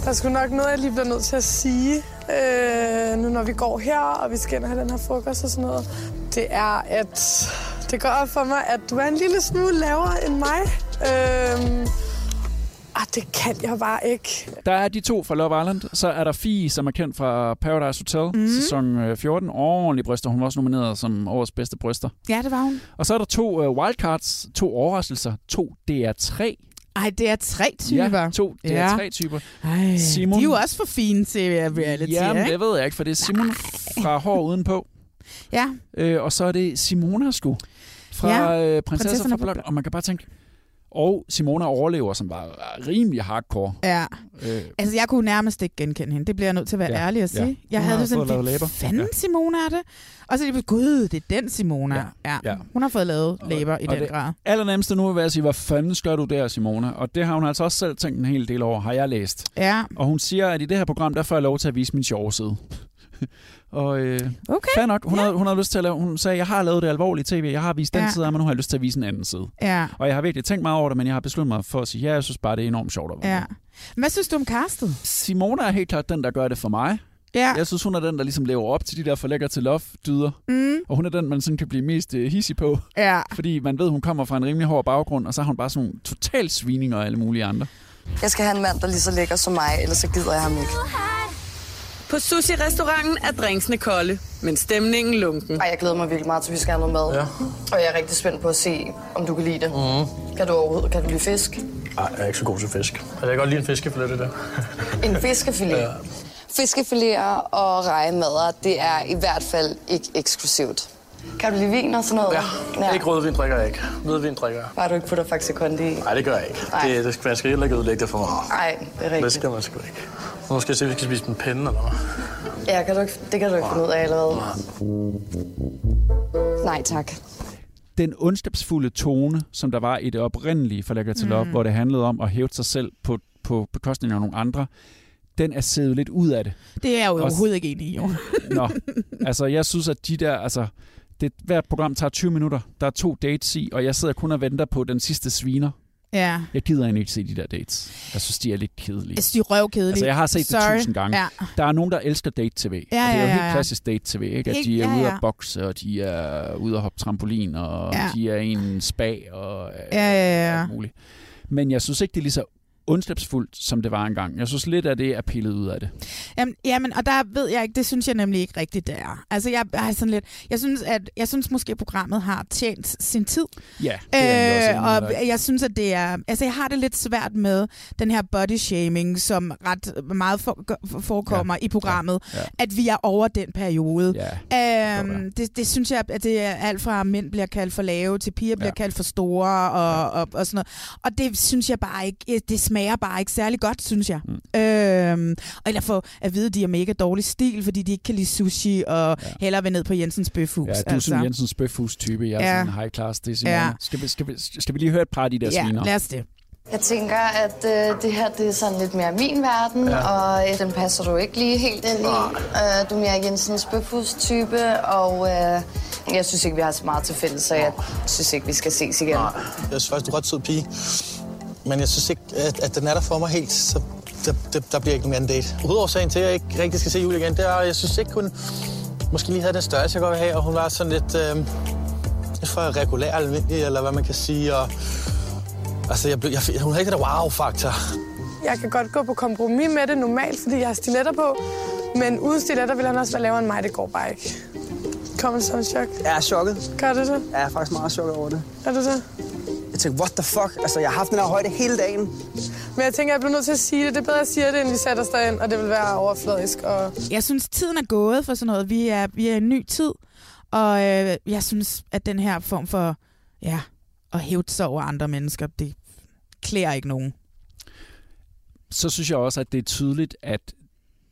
S15: Der er sgu nok noget, jeg lige bliver nødt til at sige, øh, nu når vi går her, og Ah, vi skal ind og have den her frokost og sådan noget. Det er, at det går op for mig, at du er en lille smule lavere end mig. Øh, ah, det kan jeg bare ikke.
S2: Der er de to fra Love Island. Så er der Fie, som er kendt fra Paradise
S3: Mhm.
S2: Hotel, mm. sæson øh, 14. Ordentlig bryster. Hun var også nomineret som årets bedste bryster.
S3: Ja, det var hun.
S2: Og så er der to øh, wildcards, to overraskelser, to DR3.
S3: Ej, det er tre typer.
S2: Ja, to DR3-typer.
S3: Ej,
S2: Simon.
S3: De er jo også for fine til øh, reality,
S2: Jamen,
S3: ikke?
S2: det ved jeg ikke, for det er Simon fra Hår Udenpå.
S3: Ja.
S2: Øh, og så er det Simona sgu fra
S3: Ja,
S2: ja, øh, Prinsesser
S3: Prinsesserne
S2: fra
S3: på
S2: Blok.
S3: Blok.
S2: Og man kan bare tænke... Og Simona overlever, som var rimelig hardcore.
S3: Ja.
S2: Øh,
S3: Altså, jeg kunne nærmest ikke genkende hende. Det bliver jeg nødt til at være
S2: Ja,
S3: ja. ærlig og
S2: ja.
S3: sige. Jeg
S2: Hun
S3: havde
S2: har
S3: det sådan,
S2: fået lavet
S3: hvad
S2: læber."
S3: fanden
S2: Ja.
S3: Simona er det? Og så lige pludselig, gud, det er den Simona. Ja. ja.
S2: ja.
S3: Hun har fået lavet læber i
S2: og
S3: den
S2: det
S3: grad.
S2: allernemmeste nu vil være at sige, hvad fanden skal du der, Simona? Og det har hun altså også selv tænkt en hel del over, har jeg læst.
S3: Ja.
S2: Og hun siger, at i det her program, der får jeg lov til at vise min sjove side. og øh, okay. fair nok, hun, ja. havde, hun havde lyst til at lave, hun sagde, jeg har lavet det alvorlige tv, jeg har vist den
S3: Ja.
S2: ja. side af mig, nu har jeg lyst til at vise en anden side.
S3: Ja.
S2: Og jeg har virkelig tænkt meget over det, men jeg har besluttet mig for at sige, ja, jeg synes bare, det er enormt sjovt at være
S3: ja. Hvad synes du om castet?
S2: Simona er helt klart den, der gør det for mig.
S3: Ja.
S2: Jeg synes, hun er den, der ligesom lever op til de der for lækker til love-dyder.
S3: Mm.
S2: Og hun er den, man sådan kan blive mest øh, hissig på.
S3: Ja.
S2: Fordi man ved, hun kommer fra en rimelig hård baggrund, og så har hun bare sådan nogle total svininger og alle mulige andre.
S6: Jeg skal have en mand, der er lige så lækker som mig, ellers så gider jeg ham ikke.
S14: På sushi-restauranten er drinksene kolde, men stemningen lunken.
S6: Ej, jeg glæder mig virkelig meget til, at vi skal have noget mad. Mm. Ja. Og jeg er rigtig spændt på at se, om du kan lide det. Mm. Kan du overhovedet kan du lide fisk?
S11: Nej, jeg er ikke så god til fisk. Altså, jeg kan godt lide en fiskefilet, det der.
S6: En fiskefilet. Ja. Fiskefiléer og rejemadder, det er i hvert fald ikke eksklusivt. Kan du lide vin og sådan noget? Ja,
S11: Ja. Ikke rødvin drikker jeg ikke. Hvidvin drikker jeg.
S6: Bare du ikke putter faktisk kondi i.
S11: Nej, det gør jeg ikke. Det, det, skal- man skal heller ikke ødelægge det for meget.
S6: Nej, det er
S11: Det
S6: rigtigt.
S11: skal man sgu ikke. Nu skal jeg se, om vi skal spise en pinde eller hvad.
S6: Ja, kan du ikke, det kan du ikke finde ud af allerede. Nej, tak.
S2: Den ondskabsfulde tone, som der var i det oprindelige for lækker til love,
S6: Mm.
S2: hvor det handlede om at hæve sig selv på, på bekostning af nogle andre, den er siddet lidt ud af det.
S3: Det er jeg jo
S2: Og-
S3: overhovedet ikke enig i, jo.
S2: Nå, altså jeg synes, at de der, altså, det, hvert program tager 20 minutter. Der er to dates i, og jeg sidder kun og venter på den sidste sviner.
S3: Ja.
S2: Jeg gider egentlig ikke se de der dates. Jeg synes, de er lidt kedelige.
S3: Jeg synes, de er røvkedelige.
S2: Altså, jeg har set
S3: Sorry.
S2: det tusind gange.
S3: Ja.
S2: Der er nogen, der elsker date-tv. og det
S3: ja,
S2: er jo
S3: ja,
S2: helt
S3: ja.
S2: klassisk date-tv, ikke? At
S3: Helt-
S2: de er
S3: ja,
S2: ude
S3: ja.
S2: at bokse, og de er ude at hoppe trampolin, og
S3: Ja.
S2: de er i en spa, og øh,
S3: Ja, ja, ja.
S2: alt muligt. Men jeg synes ikke, det er lige så ondskabsfuldt, som det var engang. Jeg synes lidt, at det er pillet ud af det.
S3: Jamen, jamen, og der ved jeg ikke, det synes jeg nemlig ikke rigtigt, det er. Altså, jeg, jeg, er sådan lidt, jeg synes, at, jeg synes måske, at programmet har tjent sin tid.
S2: Ja, det er jeg også enig
S3: Øh,
S2: med
S3: og
S2: dig.
S3: jeg synes, at det er... Altså, jeg har det lidt svært med den her body shaming, som ret meget for, gør- forekommer ja. i programmet. Ja. Ja. At vi er over den periode. Ja. Øhm, det, det synes jeg, at det er alt fra at mænd bliver kaldt for lave, til piger bliver
S2: Ja.
S3: kaldt for store, og, og, og sådan noget. Og det synes jeg bare ikke... Det smager bare ikke særlig godt, synes jeg. Mm. Øhm, og eller få at vide, at de har mega dårlig stil, fordi de ikke kan lide sushi, og ja. hellere vil ned på Jensens bøfhus. altså.
S2: Ja, du er sådan Jensens bøfhus-type. Jeg er
S3: Ja.
S2: ja. sådan high class. Det er
S3: Ja.
S2: ja. skal, vi, skal, vi, skal vi lige høre et par af de der
S6: Ja,
S2: sviner?
S6: lad
S3: os det.
S6: Jeg tænker, at øh, det her det er sådan lidt mere min verden,
S2: Ja.
S6: ja. og øh, den passer du ikke lige helt ind i. Øh, du er mere Jensens bøfhus-type, og øh, jeg synes ikke, vi har så meget til fælles, så jeg synes ikke, vi skal ses igen. Nej.
S16: Jeg synes faktisk, du er ret sød pige. Men jeg synes ikke, at, at den er der for mig helt, så der, der, der bliver ikke nogen anden date. Hovedårsagen til, at jeg ikke rigtig skal se Julie igen, det er, at jeg synes ikke, hun måske lige havde den størrelse, jeg godt vil have, og hun var sådan lidt, øh, lidt for regulær almindelig, eller hvad man kan sige. Og, altså, jeg blev, jeg, hun havde ikke den der wow-faktor.
S15: Jeg kan godt gå på kompromis med det normalt, fordi jeg har stiletter på. Men uden stiletter vil han også være lavere end mig. Det går bare ikke. Kommer sådan en chok?
S17: Jeg er chokket.
S15: Gør det det?
S17: Jeg er faktisk meget chokket over det.
S15: Er du det?
S17: Jeg tænkte, what the fuck? Altså, jeg har haft den her højde hele dagen.
S15: Men jeg tænker, jeg bliver nødt til at sige det. Det er bedre at sige det, end vi sætter os derind, og det vil være overfladisk. Og...
S3: Jeg synes, tiden er gået for sådan noget. Vi er, vi er i en ny tid, og øh, jeg synes, at den her form for ja, at hæve sig over andre mennesker, det klæder ikke nogen.
S2: så synes jeg også, at det er tydeligt, at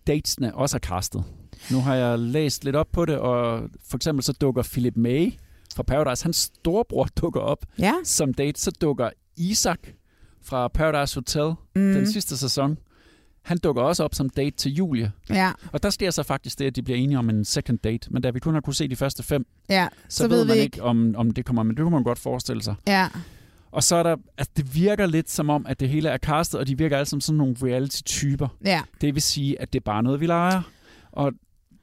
S2: datesene også er kastet. Nu har jeg læst lidt op på det, og for eksempel så dukker Philip May fra Paradise, hans storebror dukker op
S3: ja.
S2: som date. Så dukker Isak fra Paradise Hotel
S3: Mhm.
S2: mm. den sidste sæson. Han dukker også op som date til Julie.
S3: Ja.
S2: Og der sker så faktisk det, at de bliver enige om en second date. Men da vi kun har kunne se de første fem,
S3: Ja,
S2: så, så ved, ved man ikke, ikke om, om det kommer. Men det kunne man godt forestille sig.
S3: Ja.
S2: Og så er der, at det virker lidt som om, at det hele er castet, og de virker alle som sådan nogle reality-typer.
S3: Ja.
S2: Det vil sige, at det er bare noget, vi leger. Og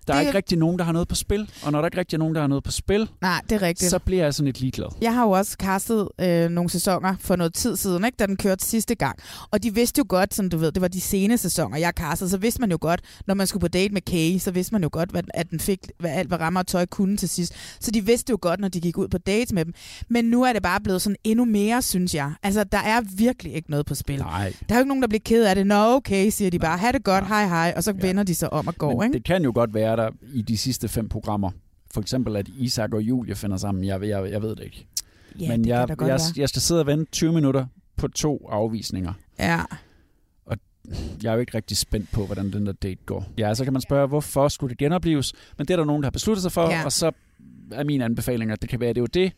S2: der det... er
S3: Det-
S2: ikke rigtig nogen, der har noget på spil. Og når der ikke rigtig er nogen, der har noget på spil,
S3: Nej, det er rigtigt.
S2: så bliver jeg sådan lidt ligeglad.
S3: Jeg har jo også kastet øh, nogle sæsoner for noget tid siden, ikke, da den kørte sidste gang. Og de vidste jo godt, som du ved, det var de sene sæsoner, jeg kastede, så vidste man jo godt, når man skulle på date med Kay, så vidste man jo godt, hvad, at den fik hvad, alt, hvad rammer og tøj kunne til sidst. Så de vidste jo godt, når de gik ud på dates med dem. Men nu er det bare blevet sådan endnu mere, synes jeg. Altså, der er virkelig ikke noget på spil.
S2: Nej.
S3: Der er jo ikke nogen, der bliver ked af det. Nå, okay, siger de bare. Ha' det godt, hej hej. Og så vender de sig om og går,
S2: Men
S3: ikke?
S2: det kan jo godt være der i de sidste fem programmer. For eksempel, at Isak og Julie finder sammen. Jeg, jeg, jeg ved det ikke.
S3: Ja,
S2: Men
S3: det kan
S2: jeg,
S3: da godt
S2: jeg,
S3: være.
S2: jeg skal sidde og vente 20 minutter på to afvisninger.
S3: Ja.
S2: Og jeg er jo ikke rigtig spændt på, hvordan den der date går. Ja, så kan man spørge, hvorfor skulle det genopleves? Men det er der nogen, der har besluttet sig for,
S3: Ja.
S2: ja. og så er min anbefaling, at det kan være, at det er jo det,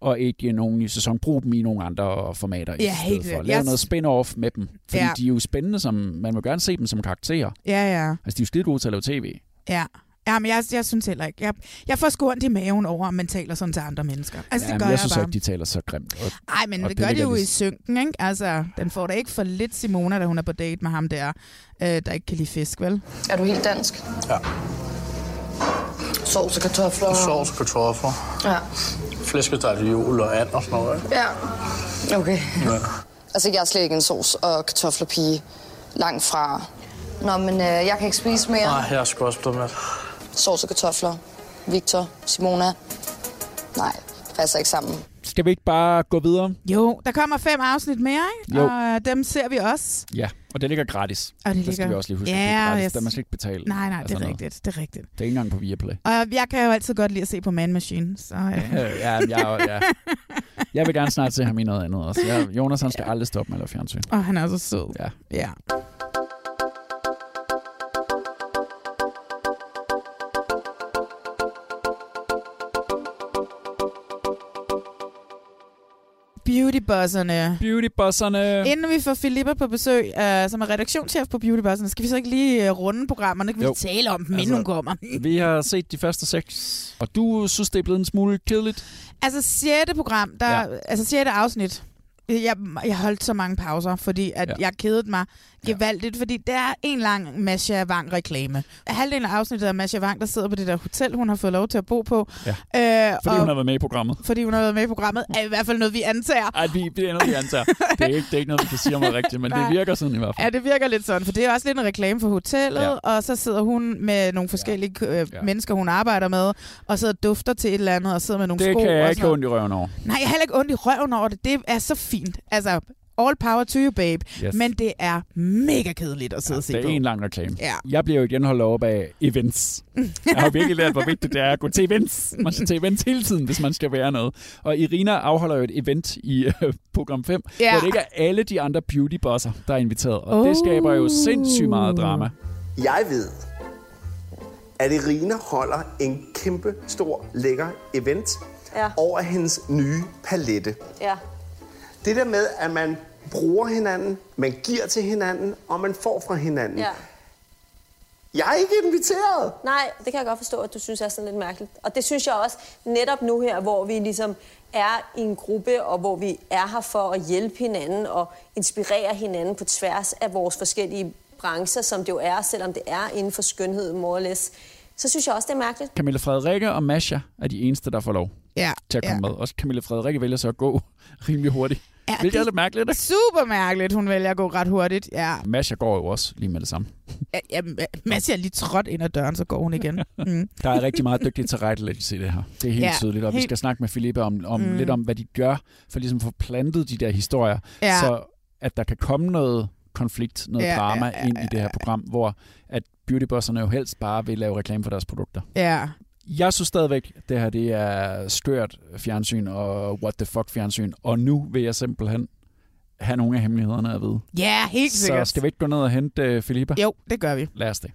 S2: og ikke nogen i sæson. Brug dem i nogle andre formater
S3: Ja,
S2: i
S3: helt
S2: stedet for.
S3: vildt.
S2: Lav
S3: Jeg-
S2: noget spin-off med dem, fordi
S3: Ja.
S2: ja. de er jo spændende, som, man vil gerne se dem som karakterer.
S3: Ja, ja.
S2: Altså, de er jo skide gode til at lave tv.
S3: Ja. Jamen, jeg, jeg synes heller ikke. Jeg, jeg får sgu ondt i maven over, at man taler sådan til andre mennesker. Altså, det
S2: Jamen,
S3: gør
S2: jeg,
S3: jeg,
S2: synes
S3: bare.
S2: ikke, de taler så grimt. Og,
S3: Nej, men
S2: og
S3: det gør det
S2: ligger
S3: jo i
S2: lidt-
S3: synken, ikke? Altså, den får da ikke for lidt Simona, da hun er på date med ham der, øh, der ikke kan lide fisk, vel?
S6: Er du helt dansk?
S11: Ja.
S6: Sovs og kartofler.
S11: Sovs og kartofler.
S6: Ja.
S11: Flæskesteg til jul og and og sådan noget. ikke?
S6: Ja. Okay.
S11: Ja.
S6: Altså, jeg er slet ikke en sovs- og kartoflerpige. Langt fra. Nå, men øh, jeg kan ikke spise mere.
S11: Nej, jeg er sgu også blevet med.
S6: Sovs og kartofler. Victor, Simona. Nej, passer ikke sammen.
S2: Skal vi ikke bare gå videre?
S3: Jo, der kommer fem afsnit mere, ikke?
S2: Jo.
S3: Og øh, dem ser vi også.
S2: Ja, og det ligger gratis.
S3: Og det
S2: det skal
S3: ligger-
S2: vi også lige huske.
S3: Ja,
S2: det er gratis.
S3: yes.
S2: Der man skal ikke betale.
S3: Nej, nej,
S2: og
S3: det er
S2: sådan noget.
S3: rigtigt. Det er rigtigt.
S2: Det er ikke engang på Viaplay.
S3: Og jeg kan jo altid godt lide at se på Man Machine, så... Øh.
S2: ja, men jeg, er jo- ja. jeg vil gerne snart se ham i noget andet også. Jeg, Jonas, han skal aldrig stoppe med at lave fjernsyn.
S3: Og han er så sød.
S2: Ja.
S3: ja. Beautybosserne.
S2: Beautybosserne.
S3: Inden vi får Filippa på besøg, øh, som er redaktionschef på Beautybosserne, skal vi så ikke lige øh, runde programmerne? Kan vi
S2: Jo. Altså,
S3: tale om dem, inden hun kommer?
S2: Vi har set de første seks, og du synes, det er blevet en smule kedeligt.
S3: Altså 6. program, der, ja. altså 6. afsnit, Jeg, jeg holdt så mange pauser, fordi at ja. jeg kedede mig gevaldigt, fordi det er en lang Masha Wang reklame. Halvdelen af afsnittet er Masha Wang, der sidder på det der hotel, hun har fået lov til at bo på.
S2: Ja.
S3: Øh,
S2: Fordi hun har været med i programmet.
S3: fordi hun har været med i programmet, er i hvert fald noget, vi antager.
S2: Ej, vi, det er noget, vi antager. Det er, ikke, det er ikke noget, vi kan sige om er rigtigt, men det
S3: Nej.
S2: virker sådan i hvert fald.
S3: Ja, det virker lidt sådan, for det er også lidt en reklame for hotellet,
S2: Ja.
S3: ja. og så sidder hun med nogle forskellige øh, mennesker, hun arbejder med, og sidder og dufter til et eller andet, og sidder med nogle
S2: Det
S3: sko.
S2: kan jeg
S3: og
S2: ikke
S3: sådan
S2: have
S3: noget.
S2: ondt i røven over.
S3: Nej, jeg har heller ikke ondt i røven over det. Det er så fint. Altså, all power to you, babe.
S2: Yes.
S3: Yes. Men det er mega kedeligt at sidde ja, og se
S2: Det
S3: på.
S2: er en lang reklame.
S3: Ja.
S2: Jeg bliver jo igen holdt over bag events. Jeg har virkelig lært, hvor vigtigt det er at gå til events. Man skal til events hele tiden, hvis man skal være noget. Og Irina afholder jo et event i øh, program 5,
S3: Ja.
S2: hvor det ikke er alle de andre beautybosser, der er inviteret. Og oh. det skaber jo sindssygt
S3: Oh.
S2: meget drama.
S18: Jeg ved, at Irina holder en kæmpe stor lækker event
S5: Ja.
S18: over hendes nye palette.
S5: Ja.
S18: Det der med, at man bruger hinanden, man giver til hinanden, og man får fra hinanden.
S5: ja.
S18: Jeg er ikke inviteret!
S5: Nej, det kan jeg godt forstå, at du synes er sådan lidt mærkeligt. Og det synes jeg også netop nu her, hvor vi ligesom er i en gruppe, og hvor vi er her for at hjælpe hinanden og inspirere hinanden på tværs af vores forskellige brancher, som det jo er, selvom det er inden for skønhed, more or less. Så synes jeg også, det er mærkeligt.
S2: Camilla Frederikke og Masha er de eneste, der får lov
S3: Ja,
S2: til at komme
S3: ja.
S2: med. Også Camilla Frederikke vælger så at gå rimelig hurtigt. Ja, hvilket er lidt mærkeligt. ikke?
S3: Super mærkeligt, hun vælger at gå ret hurtigt. Ja.
S2: Masha går jo også lige med det samme.
S3: Ja, ja, Ma- Mads er lige trådt ind ad døren, så går hun igen. Mm.
S2: Der er rigtig meget dygtig tilrettelæggelse i det her. Det er helt ja,
S3: Ja,
S2: tydeligt, og helt... vi
S3: helt-
S2: skal snakke med Filippe om, om mm.
S3: Mm.
S2: lidt om, hvad de gør for ligesom at få plantet de der historier,
S3: Ja.
S2: så at der kan komme noget konflikt, noget ja,
S3: Ja,
S2: drama ja,
S3: ja,
S2: ja, ind i det her program, hvor at beautybosserne jo helst bare vil lave reklame for deres produkter.
S3: Ja.
S2: Jeg synes stadigvæk, det her det er skørt fjernsyn og what the fuck fjernsyn, og nu vil jeg simpelthen have nogle af hemmelighederne at vide.
S3: Ja, helt sikkert.
S2: Så skal vi ikke gå ned og hente uh, Filippa?
S3: Jo, det gør vi.
S2: Lad os det.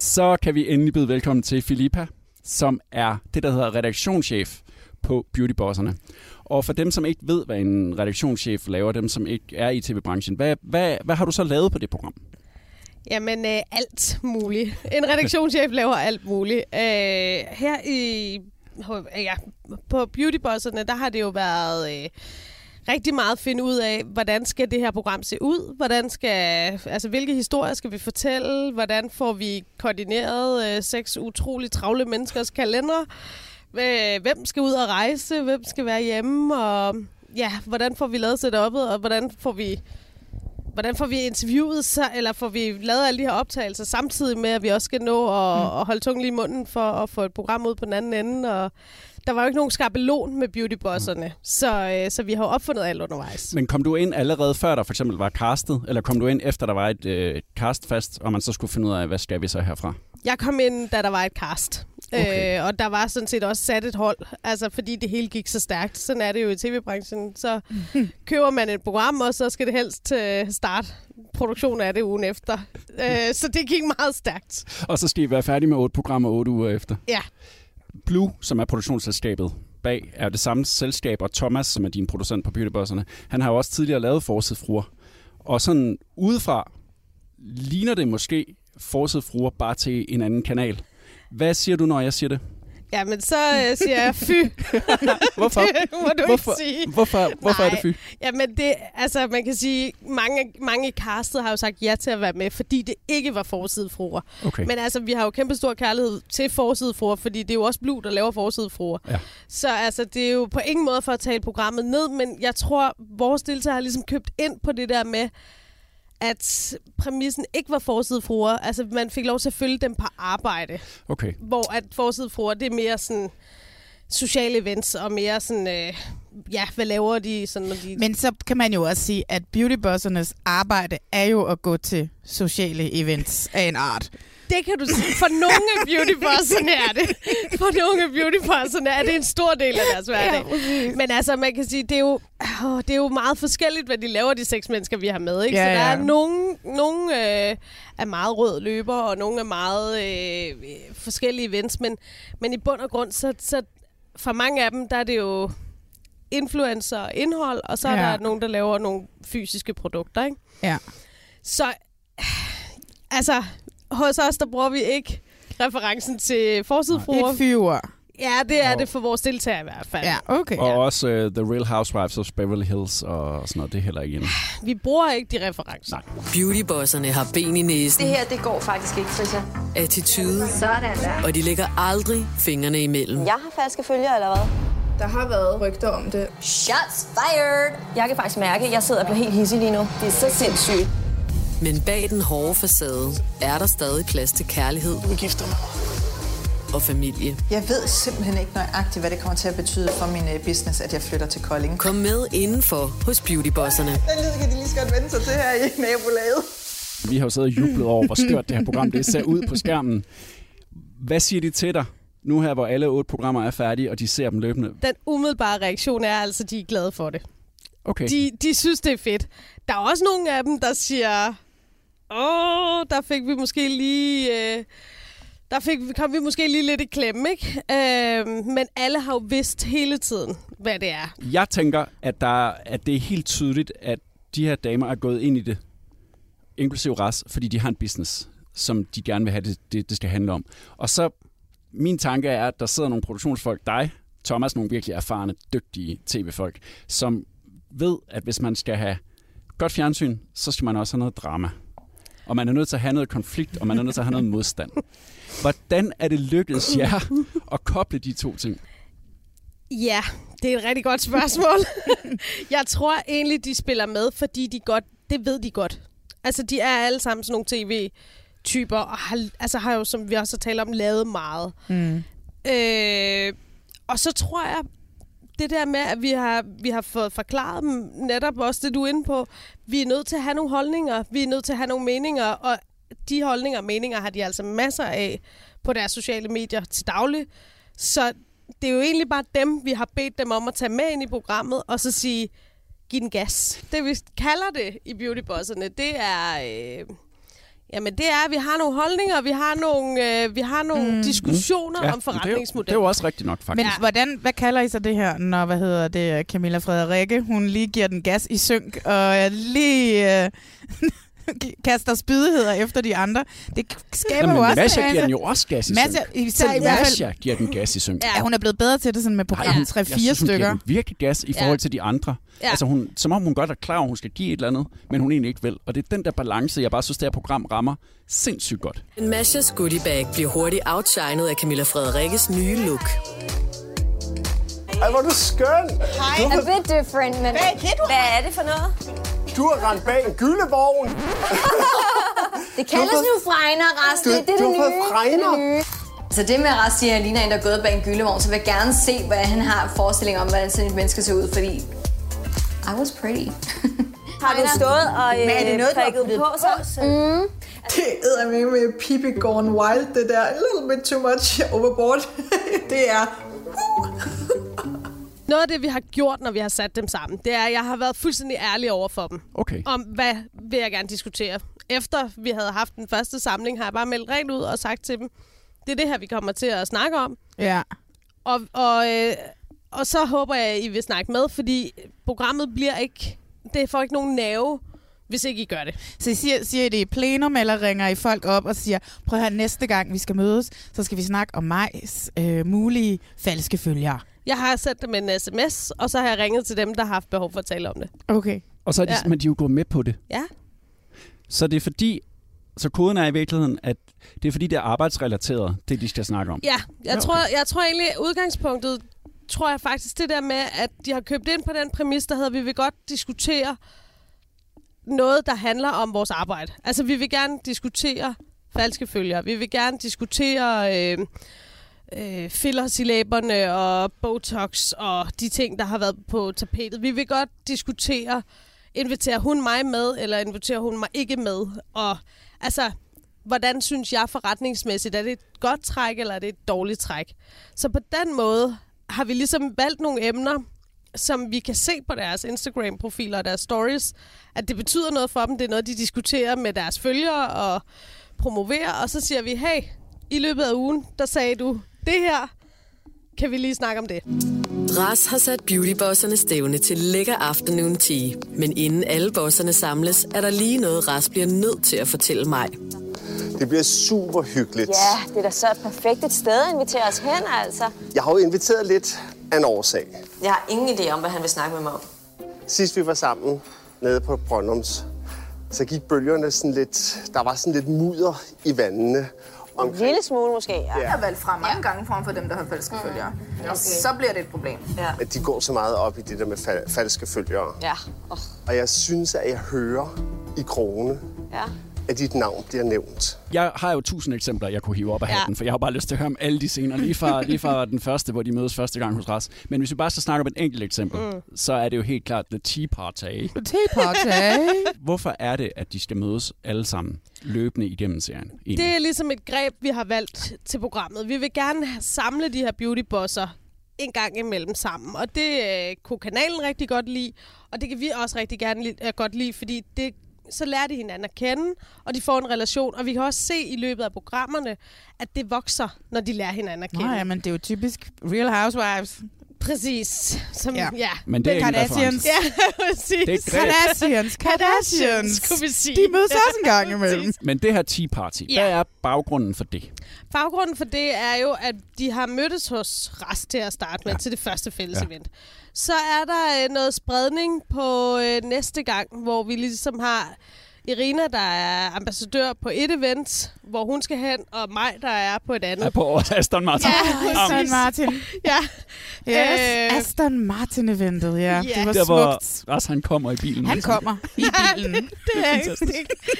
S2: Så kan vi endelig byde velkommen til Filippa, som er det, der hedder redaktionschef på Beautybosserne. Og for dem, som ikke ved, hvad en redaktionschef laver, dem, som ikke er i tv-branchen, hvad, hvad, hvad har du så lavet på det program?
S19: Jamen, øh, alt muligt. En redaktionschef laver alt muligt. Øh, her i h- ja, på Beautybosserne, der har det jo været øh, rigtig meget at finde ud af, hvordan skal det her program se ud? Hvordan skal, altså, hvilke historier skal vi fortælle? Hvordan får vi koordineret øh, seks utrolig travle menneskers kalendere? Øh, hvem skal ud og rejse? Hvem skal være hjemme? Og ja, hvordan får vi lavet setup'et? Og hvordan får vi Hvordan får vi interviewet så, eller får vi lavet alle de her optagelser, samtidig med, at vi også skal nå at, mm. at holde tungen lige i munden for at få et program ud på den anden ende? Og der var jo ikke nogen skabelon med beautybosserne, mm. så, øh, så vi har jo opfundet alt undervejs.
S2: Men kom du ind allerede før der for eksempel var castet, eller kom du ind efter der var et øh, cast fast, og man så skulle finde ud af, hvad skal vi så herfra?
S19: Jeg kom ind, da der var et cast.
S2: Okay.
S19: Øh, og der var sådan set også sat et hold, altså fordi det hele gik så stærkt. Sådan er det jo i tv-branchen. Så køber man et program, og så skal det helst øh, starte produktionen af det ugen efter. Øh, så det gik meget stærkt.
S2: Og så skal I være færdige med otte programmer otte uger efter.
S19: Ja.
S2: Blue, som er produktionsselskabet bag, er det samme selskab, og Thomas, som er din producent på Beautybosserne, han har jo også tidligere lavet Forsed Fruer. Og sådan udefra ligner det måske Forsed Fruer bare til en anden kanal. Hvad siger du, når jeg siger det?
S19: Jamen, så øh, siger jeg fy.
S2: Hvorfor?
S19: det må du
S2: Hvorfor-
S19: ikke sige.
S2: hvorfor- hvorfor er det
S19: Nej.
S2: fy?
S19: Jamen, det, altså, man kan sige, mange, mange i castet har jo sagt ja til at være med, fordi det ikke var forsidefruer.
S2: Okay.
S19: Men altså, vi har jo kæmpe stor kærlighed til forsidefruer, fordi det er jo også Blue, der laver forsidefruer.
S2: Ja.
S19: Så altså, det er jo på ingen måde for at tale programmet ned, men jeg tror, vores deltagere har ligesom købt ind på det der med, at præmissen ikke var forsidefruer. Altså, man fik lov til at følge dem på arbejde
S2: Okay.
S19: hvor at forsiden fruer, det er mere sådan sociale events og mere sådan, øh, ja, hvad laver de sådan, når de...
S3: Men så kan man jo også sige, at beautybossernes arbejde er jo at gå til sociale events af en art.
S19: Det kan du sige. For nogle af beautybosserne er det. For nogle af beautybosserne er det en stor del af deres hverdag. Men altså, man kan sige, det er jo, åh, det er jo meget forskelligt, hvad de laver, de seks mennesker, vi har med. Ikke?
S3: Ja,
S19: Så der
S3: ja.
S19: er nogen, nogen øh, er meget rød løber, og nogen er meget øh, øh, forskellige events. Men, men i bund og grund, så, så for mange af dem, der er det jo influencer og indhold, og så er
S3: Ja.
S19: der nogen, der laver nogle fysiske produkter. Ikke?
S3: Ja.
S19: Så altså, hos os, der bruger vi ikke referencen til forsidefruer.
S3: Ikke fyre.
S19: Ja, det er det for vores deltagere i hvert fald. Ja,
S3: okay.
S2: Og også uh, The Real Housewives of Beverly Hills og sådan noget. Det er heller ikke en.
S19: Vi bruger ikke de referencer.
S2: Nej.
S20: Beautybosserne har ben i næsen,
S5: Det her, det går faktisk ikke, Frisja.
S20: attitude,
S5: Sådan der.
S20: og de lægger aldrig fingrene imellem.
S5: Jeg har falske følger, eller hvad? Der har været rygter om det. Shots fired! Jeg kan faktisk mærke, at jeg sidder og bliver helt hissig lige nu. Det er så sindssygt.
S20: Men bag den hårde facade er der stadig plads til kærlighed. Og familie.
S21: Jeg ved simpelthen ikke nøjagtigt, hvad det kommer til at betyde for min øh, business, at jeg flytter til Kolding.
S20: Kom med indenfor hos Beautybosserne.
S21: Den lyd kan de lige så godt vende sig til her i nabolaget.
S2: Vi har jo siddet og jublet over, hvor skørt det her program det ser ud på skærmen. Hvad siger de til dig nu her, hvor alle otte programmer er færdige, og de ser dem løbende?
S19: Den umiddelbare reaktion er altså, at de er glade for det.
S2: Okay.
S19: De, de synes, det er fedt. Der er også nogle af dem, der siger, åh, der fik vi måske lige... Øh, der fik, kom vi måske lige lidt i klemme, ikke? Øh, men alle har jo vidst hele tiden, hvad det er.
S2: Jeg tænker, at, der, at det er helt tydeligt, at de her damer er gået ind i det, inklusive ras, fordi de har en business, som de gerne vil have, det, det, det skal handle om. Og så, min tanke er, at der sidder nogle produktionsfolk, dig, Thomas, nogle virkelig erfarne, dygtige tv-folk, som ved, at hvis man skal have godt fjernsyn, så skal man også have noget drama. Og man er nødt til at have noget konflikt, og man er nødt til at have noget modstand. Hvordan er det lykkedes jer at koble de to ting?
S19: Ja, det er et rigtig godt spørgsmål. jeg tror egentlig, de spiller med, fordi de godt, det ved de godt. Altså, de er alle sammen sådan nogle tv-typer, og har, altså, har jo, som vi også har talt om, lavet meget.
S3: Mm.
S19: Øh, og så tror jeg, det der med, at vi har, vi har fået forklaret dem, netop også det, du er inde på, vi er nødt til at have nogle holdninger, vi er nødt til at have nogle meninger, og de holdninger og meninger har de altså masser af på deres sociale medier til daglig. Så det er jo egentlig bare dem, vi har bedt dem om at tage med ind i programmet, og så sige, giv den gas. Det vi kalder det i Beautybosserne, det er... Øh, jamen det er, at vi har nogle holdninger, vi har nogle, øh, vi har nogle mm. diskussioner ja, om
S2: Det er
S19: forretningsmodeller.
S2: jo også rigtigt nok, faktisk.
S3: Men hvordan, hvad kalder I så det her, når, hvad hedder det, øh, Camilla Frederikke, hun lige giver den gas i synk, og øh, lige øh, kaster spydigheder efter de andre. Det skaber
S2: Jamen,
S3: jo også...
S2: Masha giver den jo også gas i
S3: Masha,
S2: synk.
S3: især i
S2: Selv
S3: hvert fald-
S2: Masha giver den gas i synk.
S3: Ja, hun er blevet bedre til det sådan med program
S2: hun-
S3: 3-4
S2: jeg synes, hun giver
S3: stykker.
S2: den virkelig gas i
S3: Ja.
S2: forhold til de andre.
S3: Ja.
S2: Ja. Altså, hun, som om hun godt er klar, over, at hun skal give et eller andet, men hun egentlig ikke vil. Og det er den der balance, jeg bare synes, det her program rammer sindssygt godt.
S20: Men Mashas goodie bag bliver hurtigt outshined af Camilla Frederikkes nye look.
S7: Ej, hvor er du skøn!
S5: Hej,
S7: Du-
S5: a bit different, men hvad er det, du hvad er det for noget?
S7: Du har rendt bag en gyldevogn.
S5: Det kaldes nu fregner,
S7: Du-
S5: Rasle. Det er det
S7: du har fået
S5: nye.
S7: fregner.
S6: Så det med at Ras siger, at jeg ligner en, der er gået bag en gyldevogn, så vil jeg gerne se, hvad han har forestilling om, hvordan sådan et menneske ser ud, fordi I was pretty.
S5: Har du stået og
S6: Hvad er det
S5: øh,
S6: noget, du har
S5: prikket
S6: puttet
S5: på så?
S6: Mm.
S21: Det æder med med Pippi Gone Wild, det der. A little bit too much overboard. det er...
S19: Noget af det, vi har gjort, når vi har sat dem sammen, det er, at jeg har været fuldstændig ærlig over for dem.
S2: Okay.
S19: Om, hvad vil jeg gerne diskutere. Efter vi havde haft den første samling, har jeg bare meldt rent ud og sagt til dem, det er det her, vi kommer til at snakke om.
S3: Ja.
S19: Og, og, øh, og så håber jeg, I vil snakke med, fordi programmet bliver ikke... Det får ikke nogen nerve, hvis ikke I gør det.
S3: Så I siger, siger I det i plenum, eller ringer I folk op og siger, prøv at høre, næste gang vi skal mødes, så skal vi snakke om majs øh, mulige falske følgere.
S19: Jeg har sendt dem en sms, og så har jeg ringet til dem, der har haft behov for at tale om det.
S3: Okay.
S2: Og så er de,
S19: Ja.
S2: ja. men de er jo gået med på det.
S19: Ja.
S2: Så det er fordi, så koden er i virkeligheden, at det er fordi, det er arbejdsrelateret, det de skal snakke om.
S19: Ja, jeg, okay. tror, jeg tror egentlig, at udgangspunktet, tror jeg faktisk det der med, at de har købt ind på den præmis, der hedder, at vi vil godt diskutere noget, der handler om vores arbejde. Altså, vi vil gerne diskutere falske følger. Vi vil gerne diskutere øh, øh, fillers i læberne og botox og de ting, der har været på tapetet. Vi vil godt diskutere, inviterer hun mig med, eller inviterer hun mig ikke med? Og altså, hvordan synes jeg forretningsmæssigt, er det et godt træk, eller er det et dårligt træk? Så på den måde har vi ligesom valgt nogle emner, som vi kan se på deres Instagram-profiler og deres stories, at det betyder noget for dem. Det er noget, de diskuterer med deres følgere og promoverer. Og så siger vi, hey, i løbet af ugen, der sagde du det her. Kan vi lige snakke om det?
S20: Ras har sat beautybosserne stævne til lækker afternoon tea. Men inden alle bosserne samles, er der lige noget, Ras bliver nødt til at fortælle mig.
S18: Det bliver super hyggeligt.
S5: Ja, det er da så et perfekt sted at invitere os hen, altså.
S18: Jeg har jo inviteret lidt af en årsag.
S5: Jeg har ingen idé om, hvad han vil snakke med mig om.
S18: Sidst vi var sammen nede på Brøndums, så gik bølgerne sådan lidt... Der var sådan lidt mudder i vandene.
S5: En lille smule måske, ja.
S18: Ja.
S22: Jeg har valgt fra mange ja. gange frem for dem, der har falske mm. følgere. Okay. Og så bliver det et problem. Ja.
S18: At de går så meget op i det der med fal- falske følgere.
S22: ja.
S18: Og jeg synes, at jeg hører i krogene,
S5: Ja.
S18: at dit navn bliver nævnt.
S2: Jeg har jo tusind eksempler, jeg kunne hive op af
S18: Ja.
S2: hatten, for jeg har bare lyst til at høre om alle de scener, lige fra, lige fra den første, hvor de mødes første gang hos Ras. Men hvis vi bare skal snakke om et enkelt eksempel,
S3: Mm.
S2: mm. så er det jo helt klart The Tea Party.
S3: Tea party.
S2: Hvorfor er det, at de skal mødes alle sammen løbende igennem serien? egentlig?
S19: Det er ligesom et greb, vi har valgt til programmet. Vi vil gerne have- samle de her beautybosser en gang imellem sammen. Og det øh, kunne kanalen rigtig godt lide, og det kan vi også rigtig gerne lide, øh, godt lide, fordi det, så lærer de hinanden at kende, og de får en relation. Og vi kan også se i løbet af programmerne, at det vokser, når de lærer hinanden at kende.
S3: Nej, men det er jo typisk Real Housewives.
S19: Præcis. Som, ja. ja.
S2: Men det er en
S3: Kardashians.
S2: reference.
S19: Ja, præcis.
S2: Det er et greb.
S3: Kardashians. Kardashians.
S19: Skulle vi sige.
S3: De mødes også en gang imellem.
S2: Men det her Tea Party,
S19: Ja.
S2: ja. hvad er baggrunden for det?
S19: Baggrunden for det er jo, at de har mødtes hos Rast til at starte med, ja. til det første fælles ja.
S2: Ja.
S19: event. Så er der øh, noget spredning på øh, næste gang, hvor vi ligesom har Irina, der er ambassadør på et event, hvor hun skal hen, og mig, der er på et andet.
S2: Er på Aston Martin.
S19: Ja,
S2: Om-
S3: Aston Martin.
S19: ja.
S3: Yes.
S19: Øh.
S3: Aston Martin-eventet, ja.
S19: Ja.
S3: Yeah. Det var
S2: der, hvor
S3: smukt.
S2: Ras han kommer i bilen.
S3: Han
S2: ligesom.
S3: kommer i bilen.
S19: Det er, ikke, det,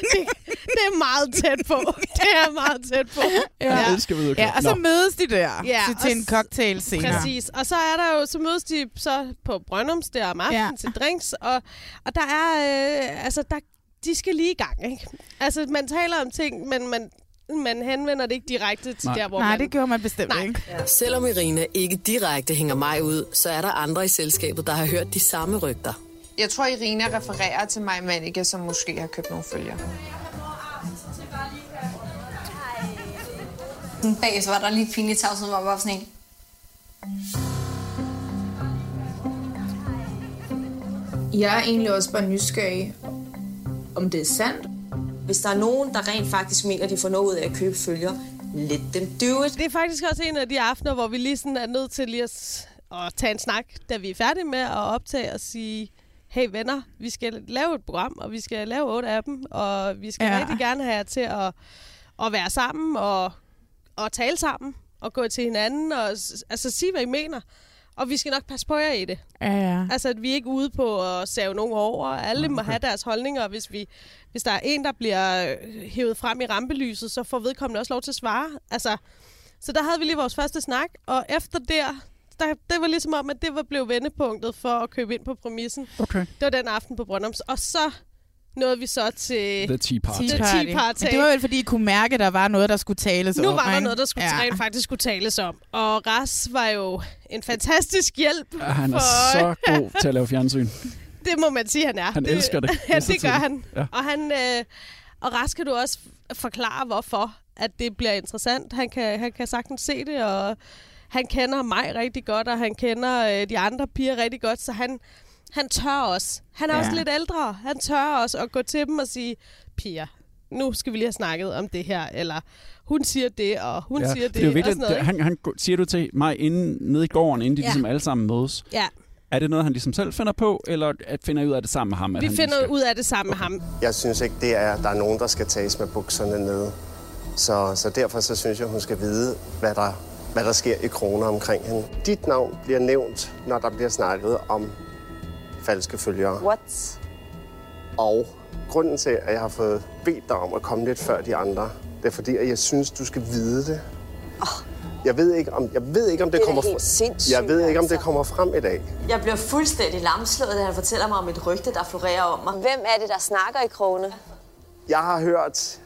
S19: det, det er meget tæt på. Det er meget tæt på.
S2: Jeg elsker ved
S3: ja, og så mødes de der
S19: Ja,
S3: ja, til, til
S19: og
S3: en
S19: s-
S3: cocktail senere.
S19: Præcis. Og så er der jo, så mødes de så på Brøndums der om aftenen ja.
S3: Ja.
S19: til drinks, og, og der er, øh, altså der, de skal lige i gang, ikke? Altså man taler om ting, men man, man henvender det ikke direkte til
S20: Nej.
S19: der, hvor
S3: Nej,
S19: man...
S3: det gjorde man bestemt Nej. ikke.
S20: Selvom Irina ikke direkte hænger mig ud, så er der andre i selskabet, der har hørt de samme rygter.
S22: Jeg tror, Irina refererer til mig, Manike, som måske har købt nogle følger.
S1: Sådan bag, så var der lige et pinligt tavshed, hvor jeg var sådan en.
S22: Jeg er egentlig også bare nysgerrig, om det er sandt.
S5: Hvis der er nogen, der rent faktisk mener, de får noget ud af at købe følger, let dem do it.
S19: Det er faktisk også en af de aftener, hvor vi lige sådan er nødt til lige at, s- at tage en snak, da vi er færdige med at optage og sige, hey venner, vi skal lave et program, og vi skal lave otte af dem, og vi skal ja.
S3: Ja.
S19: rigtig gerne have jer til at, at være sammen og, og tale sammen og gå til hinanden og s- altså sige, hvad I mener. Og vi skal nok passe på jer i det.
S3: Ja, ja.
S19: Altså, at vi er ikke ude på at save nogen over. Alle må have deres holdninger, og hvis, vi, hvis der er en, der bliver øh, hævet frem i rampelyset, så får vedkommende også lov til at svare. Altså, så der havde vi lige vores første snak, og efter der, der det var ligesom om, at det var blev vendepunktet for at købe ind på præmissen.
S2: Okay.
S19: Det var den aften på Brøndums. Og så nåede vi så til...
S2: The Tea Party.
S19: The Tea Party.
S3: Men det var vel, fordi I kunne mærke, at der var noget, der skulle tales
S19: Nu
S3: om.
S19: var der
S3: ikke?
S19: noget, der skulle ja. rent faktisk skulle tales om. Og Ras var jo en fantastisk hjælp.
S2: Ah, Han er
S19: for-
S2: så god til at lave fjernsyn.
S19: Det må man sige, han er.
S2: Han elsker det.
S19: ja,
S2: Elsker
S19: det gør
S2: tiden.
S19: han. Ja.
S2: Ja.
S19: Og, han øh, og Ras kan du også f- forklare, hvorfor at det bliver interessant. Han kan, han kan sagtens se det, og han kender mig rigtig godt, og han kender øh, de andre piger rigtig godt, så han, han tør også. Han er ja.
S3: Ja.
S19: også lidt ældre. Han tør også at gå til dem og sige, piger, nu skal vi lige have snakket om det her, eller hun siger det, og hun ja, siger det,
S2: det er jo
S19: og
S2: vigtigt,
S19: sådan noget.
S2: at han, han går- siger du til mig inden, nede i gården, inden de
S19: Ja.
S2: ja. ligesom alle sammen mødes.
S19: ikke? ja,
S2: Er det noget, han ligesom selv finder på, eller at finder I ud af det sammen med ham? at
S19: vi
S2: han
S19: finder ud af det sammen med ham.
S18: Jeg synes ikke, det er, at der er nogen, der skal tages med bukserne nede. Så, så derfor så synes jeg, hun skal vide, hvad der, hvad der sker i kroner omkring hende. Dit navn bliver nævnt, når der bliver snakket om falske følgere.
S5: What?
S18: Og grunden til, at jeg har fået bedt dig om at komme lidt før de andre, det er fordi, at jeg synes, du skal vide det. Jeg ved ikke, om, jeg ved ikke, om det,
S5: Det er da
S18: kommer
S5: helt sindssygt,
S18: Jeg ved ikke, om det
S5: altså.
S18: kommer frem i dag.
S5: Jeg bliver fuldstændig lamslået, da han fortæller mig om et rygte, der florerer om mig. Hvem er det, der snakker i krogene?
S18: Jeg har hørt...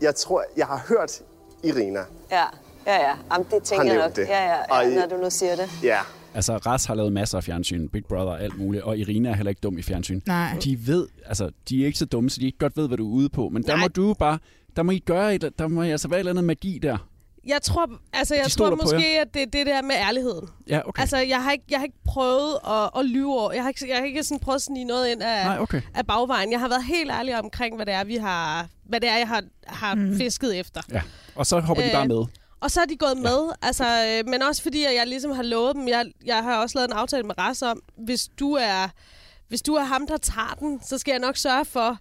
S18: Jeg tror, jeg har hørt Irina.
S5: Ja, ja, ja. Jamen, det tænker jeg
S2: nævnt
S5: nok.
S2: det.
S5: Ja, ja,
S2: Og
S5: ja,
S2: I-
S5: når du nu siger det.
S18: Ja.
S2: Altså, Ras har lavet masser af fjernsyn, Big Brother og alt muligt, og Irina er heller ikke dum i fjernsyn.
S3: Nej.
S2: De ved, altså, de er ikke så dumme, så de ikke godt ved, hvad du er ude på, men der må du bare, der må I gøre, et, der må I altså være et eller andet magi der.
S19: Jeg tror, altså, jeg
S2: De
S19: tror
S2: stoler på
S19: måske, at det er det der med ærligheden.
S2: Ja, okay.
S19: Altså, jeg har ikke, jeg har ikke prøvet at, at lyve over. Jeg har ikke, jeg har ikke sådan prøvet at snige noget ind af,
S2: Nej, okay.
S19: af bagvejen. Jeg har været helt ærlig omkring, hvad det er, vi har, hvad det er, jeg har, har mm. fisket efter.
S2: Ja. Og så hopper øh, de bare
S19: Øh,
S2: med.
S19: Og så er de gået med, altså, øh, men også fordi, at jeg ligesom har lovet dem, jeg, jeg har også lavet en aftale med Ras om, hvis du er, hvis du er ham, der tager den, så skal jeg nok sørge for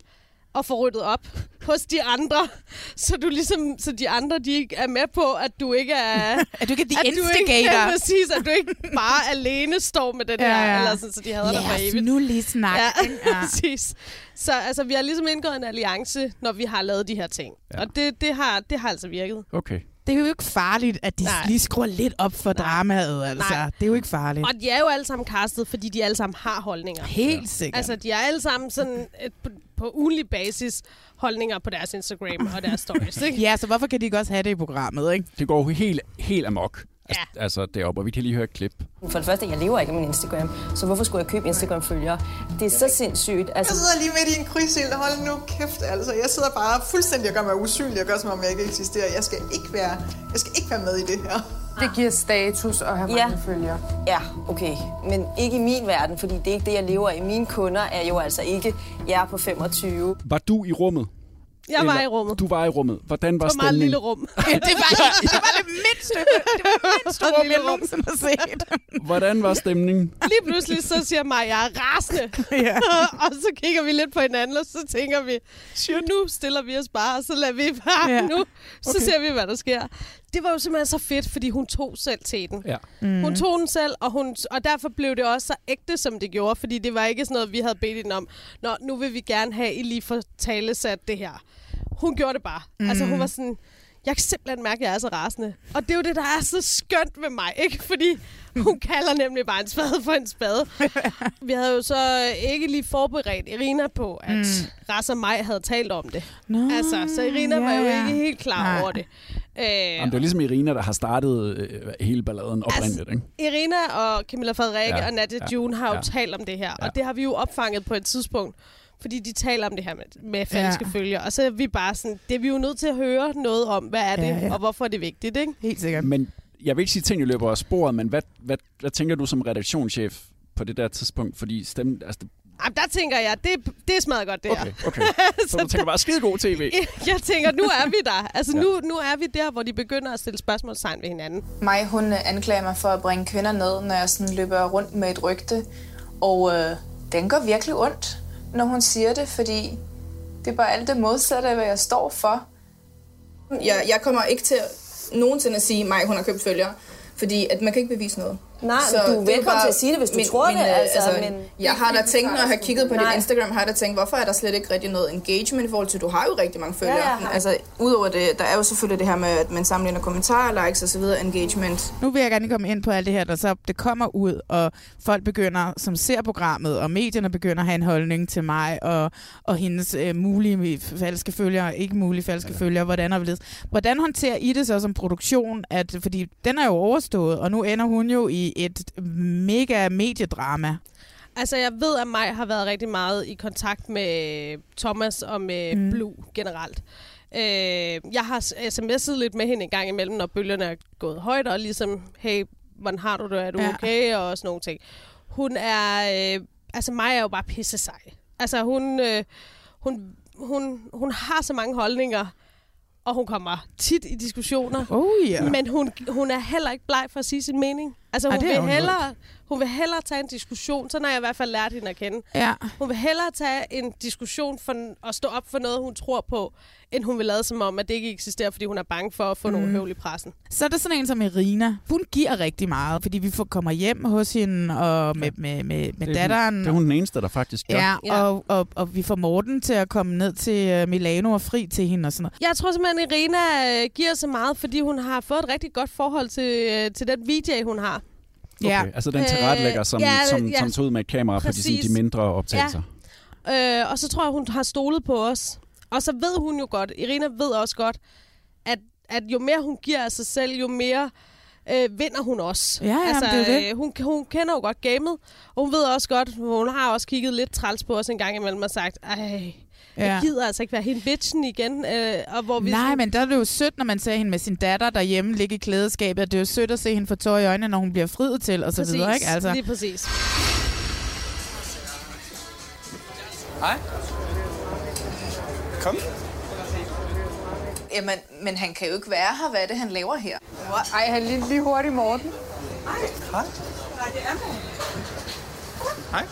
S19: at få ryddet op hos de andre, så du ligesom, så de andre, de ikke er med på, at du ikke er...
S3: at du ikke er the
S19: Ikke,
S3: instigator.
S19: ja, præcis, at du ikke bare alene står med den
S3: Ja,
S19: ja,
S3: ja.
S19: her, eller sådan, så de hader dig for
S3: Ja,
S19: evigt.
S3: nu lige snak. ikke?
S19: Ja, præcis. Så altså, vi har ligesom indgået en alliance, når vi har lavet de her ting. Ja. Og det, det, har, det har altså virket.
S2: Okay.
S3: Det er jo ikke farligt, at de Nej. lige skruer lidt op for Nej. dramaet, altså. Nej.
S19: Nej.
S3: Det er jo ikke farligt.
S19: Og de er jo alle sammen castet, fordi de alle sammen har holdninger.
S3: Helt sikkert.
S19: Altså, de er alle sammen sådan et, på, på ugenlig basis holdninger på deres Instagram og deres stories, ikke?
S3: ja, så hvorfor kan de ikke også have det i programmet, ikke?
S2: Det går jo helt, helt amok. Ja. Altså deroppe, og vi kan lige høre et klip.
S5: For det første, jeg lever ikke af min Instagram, så hvorfor skulle jeg købe Instagram-følgere? Det er så sindssygt. altså-
S21: Jeg sidder lige midt i en krydsild. Hold nu kæft, altså. Jeg sidder bare fuldstændig og gør mig usynlig og gør, som om jeg ikke eksisterer. Jeg skal ikke være, jeg skal ikke være med i det her.
S5: Det giver status at have ja. mange følgere. Ja, okay. Men ikke i min verden, fordi det er ikke det, jeg lever af. Mine kunder er jo altså ikke jer på 25.
S2: Var du i rummet?
S19: Jeg var i rummet.
S2: Du var i rummet. Hvordan var
S19: Det var meget
S2: stemningen?
S19: lille rum.
S3: det var, det var det mindste, det var det mindste rum, jeg nogensinde har set.
S2: Hvordan var stemningen?
S19: Lige pludselig så siger mig, jeg er rasende.
S3: Ja.
S19: og så kigger vi lidt på hinanden, og så tænker vi, Shit. nu stiller vi os bare, og så lader vi bare
S3: Ja.
S19: ja. nu. Så
S3: Okay.
S19: okay. ser vi, hvad der sker. Det var jo simpelthen så fedt, fordi hun tog selv teten.
S2: Ja.
S19: Mm. Hun tog den selv, og, hun, og derfor blev det også så ægte, som det gjorde, fordi det var ikke sådan noget, vi havde bedt hende om. Nå, nu vil vi gerne have, I lige får talesat det her. Hun gjorde det bare. Mm. Altså,
S3: Mm.
S19: hun var sådan, jeg kan simpelthen mærke, at jeg er så rasende. Og det er jo det, der er så skønt ved mig, ikke? Fordi hun kalder nemlig bare en spade for en spade. Vi havde jo så ikke lige forberedt Irina på, at mm. Ras og mig havde talt om det.
S3: Nå,
S19: altså, så Irina
S3: ja,
S19: var jo
S3: ja.
S19: ikke helt klar
S3: Nej.
S19: over det. Øh,
S2: Jamen, det er ligesom Irina, der har startet øh, hele balladen oprindeligt, altså, ikke?
S19: Irina og Camilla Frederikke
S2: Ja,
S19: ja, og Nadia
S2: ja,
S19: ja, June har jo
S2: ja.
S19: ja, talt om det her, ja.
S2: Ja.
S19: og det har vi jo opfanget på et tidspunkt, fordi de taler om det her med, med falske
S3: Ja.
S19: ja. følger, og så er vi bare sådan, det er vi jo nødt til at høre noget om, hvad er det,
S2: Ja,
S19: ja,
S2: ja.
S19: ja. og hvorfor er det vigtigt, ikke?
S3: Helt sikkert.
S2: Men jeg vil ikke sige, at tingene løber af sporet, men hvad, hvad, hvad tænker du som redaktionschef på det der tidspunkt? Fordi stemmen... Altså, det-
S19: Jamen, der tænker jeg, det, det er smadret godt, det
S2: okay,
S19: her.
S2: okay. Så du tænker bare, skide god tv.
S19: Jeg tænker, nu er vi der. Altså,
S2: Ja.
S19: ja. nu, nu er vi der, hvor de begynder at stille spørgsmålstegn ved hinanden.
S4: Mig, hun øh, anklager mig for at bringe kvinder ned, når jeg sådan løber rundt med et rygte. Og øh, den går virkelig ondt, når hun siger det, fordi det er bare alt det modsatte af, hvad jeg står for.
S9: Jeg, jeg kommer ikke til nogensinde at sige, at hun har købt følgere. Fordi at man kan ikke bevise noget.
S5: Nej, men du er
S9: det
S5: velkommen
S9: bare-
S5: til at sige det, hvis du tror det,
S9: øh,
S5: altså, men-
S9: jeg har da tænkt, når jeg har kigget på dit
S5: Nej.
S9: Instagram, har jeg da tænkt, hvorfor er der slet ikke rigtig noget engagement i forhold til, du har jo rigtig mange følgere.
S4: Ja, jeg har.
S9: altså, udover det, der er jo selvfølgelig det her med, at man sammenligner kommentarer, likes osv., engagement.
S3: Nu vil jeg gerne komme ind på alt det her, der så det kommer ud, og folk begynder, som ser programmet, og medierne begynder at have en holdning til mig, og, og hendes øh, mulige falske følgere, ikke mulige falske følgere, hvordan og hvorledes. Hvordan håndterer I det så som produktion? At, fordi den er jo overstået, og nu ender hun jo i et mega mediedrama.
S19: Altså, jeg ved, at mig har været rigtig meget i kontakt med Thomas og med
S3: Mm.
S19: mm. Blue generelt. Øh, jeg har s- sms'et lidt med hende en gang imellem, når bølgerne er gået højt, og ligesom, hey, hvordan har du det? Er du
S3: Ja.
S19: ja. okay? Og sådan nogle ting. Hun er... Øh, altså, mig er jo bare pisse sej. Altså, hun, øh, hun, hun, hun har så mange holdninger, og hun kommer tit i diskussioner.
S3: Oh, ja.
S19: Men hun, hun er heller ikke bleg for at sige sin mening. Altså,
S3: Ej,
S19: hun,
S3: det er
S19: vil
S3: hun jo
S19: hellere, hun vil hellere tage en diskussion. Sådan har jeg i hvert fald lært hende at kende.
S3: Ja.
S19: Hun vil hellere tage en diskussion for, og stå op for noget, hun tror på, end hun vil lade som om, at det ikke eksisterer, fordi hun er bange for at få mm. nogle
S3: Mm.
S19: høvl i pressen.
S3: Så er der sådan en som Irina. Hun giver rigtig meget, fordi vi får, kommer hjem hos hende og med, med, med, med
S2: Det er
S3: datteren.
S2: Hun, det er hun den eneste, der faktisk gør.
S3: Ja, ja. Og, og, og vi får Morten til at komme ned til øh, Milano og fri til hende og sådan noget.
S19: Jeg tror simpelthen, at Irina øh, giver så meget, fordi hun har fået et rigtig godt forhold til, øh, til den VJ, hun har.
S3: Ja.
S2: Okay, altså den tilrettelægger, som,
S19: Øh, ja,
S2: som,
S19: ja.
S2: som tog ud med et kamera på de, sådan,
S19: Præcis.
S2: de mindre optagelser.
S19: Ja. Øh, og så tror jeg, hun har stolet på os. Og så ved hun jo godt, Irina ved også godt, at, at jo mere hun giver af sig selv, jo mere øh, vinder hun også.
S3: Ja, ja, men det er jo det.
S19: Øh, hun, hun kender jo godt gamet, og hun ved også godt, hun har også kigget lidt træls på os en gang imellem og sagt, ej, jeg
S3: Ja.
S19: gider altså ikke være hende bitchen igen. Øh, og hvor vi
S3: Nej,
S19: sådan-
S3: men der er det jo sødt, når man ser hende med sin datter derhjemme ligge i klædeskabet, og det er jo sødt at se hende få tår i øjnene, når hun bliver friet til og så
S19: Præcis,
S3: videre, ikke? Altså.
S19: Lige præcis.
S23: Hej. Kom.
S4: jamen, men han kan jo ikke være her. Hvad er det, han laver her?
S15: Ej, han lige, lige hurtigt Morten.
S16: Hej.
S15: Nej, det er Morten.
S16: Hej.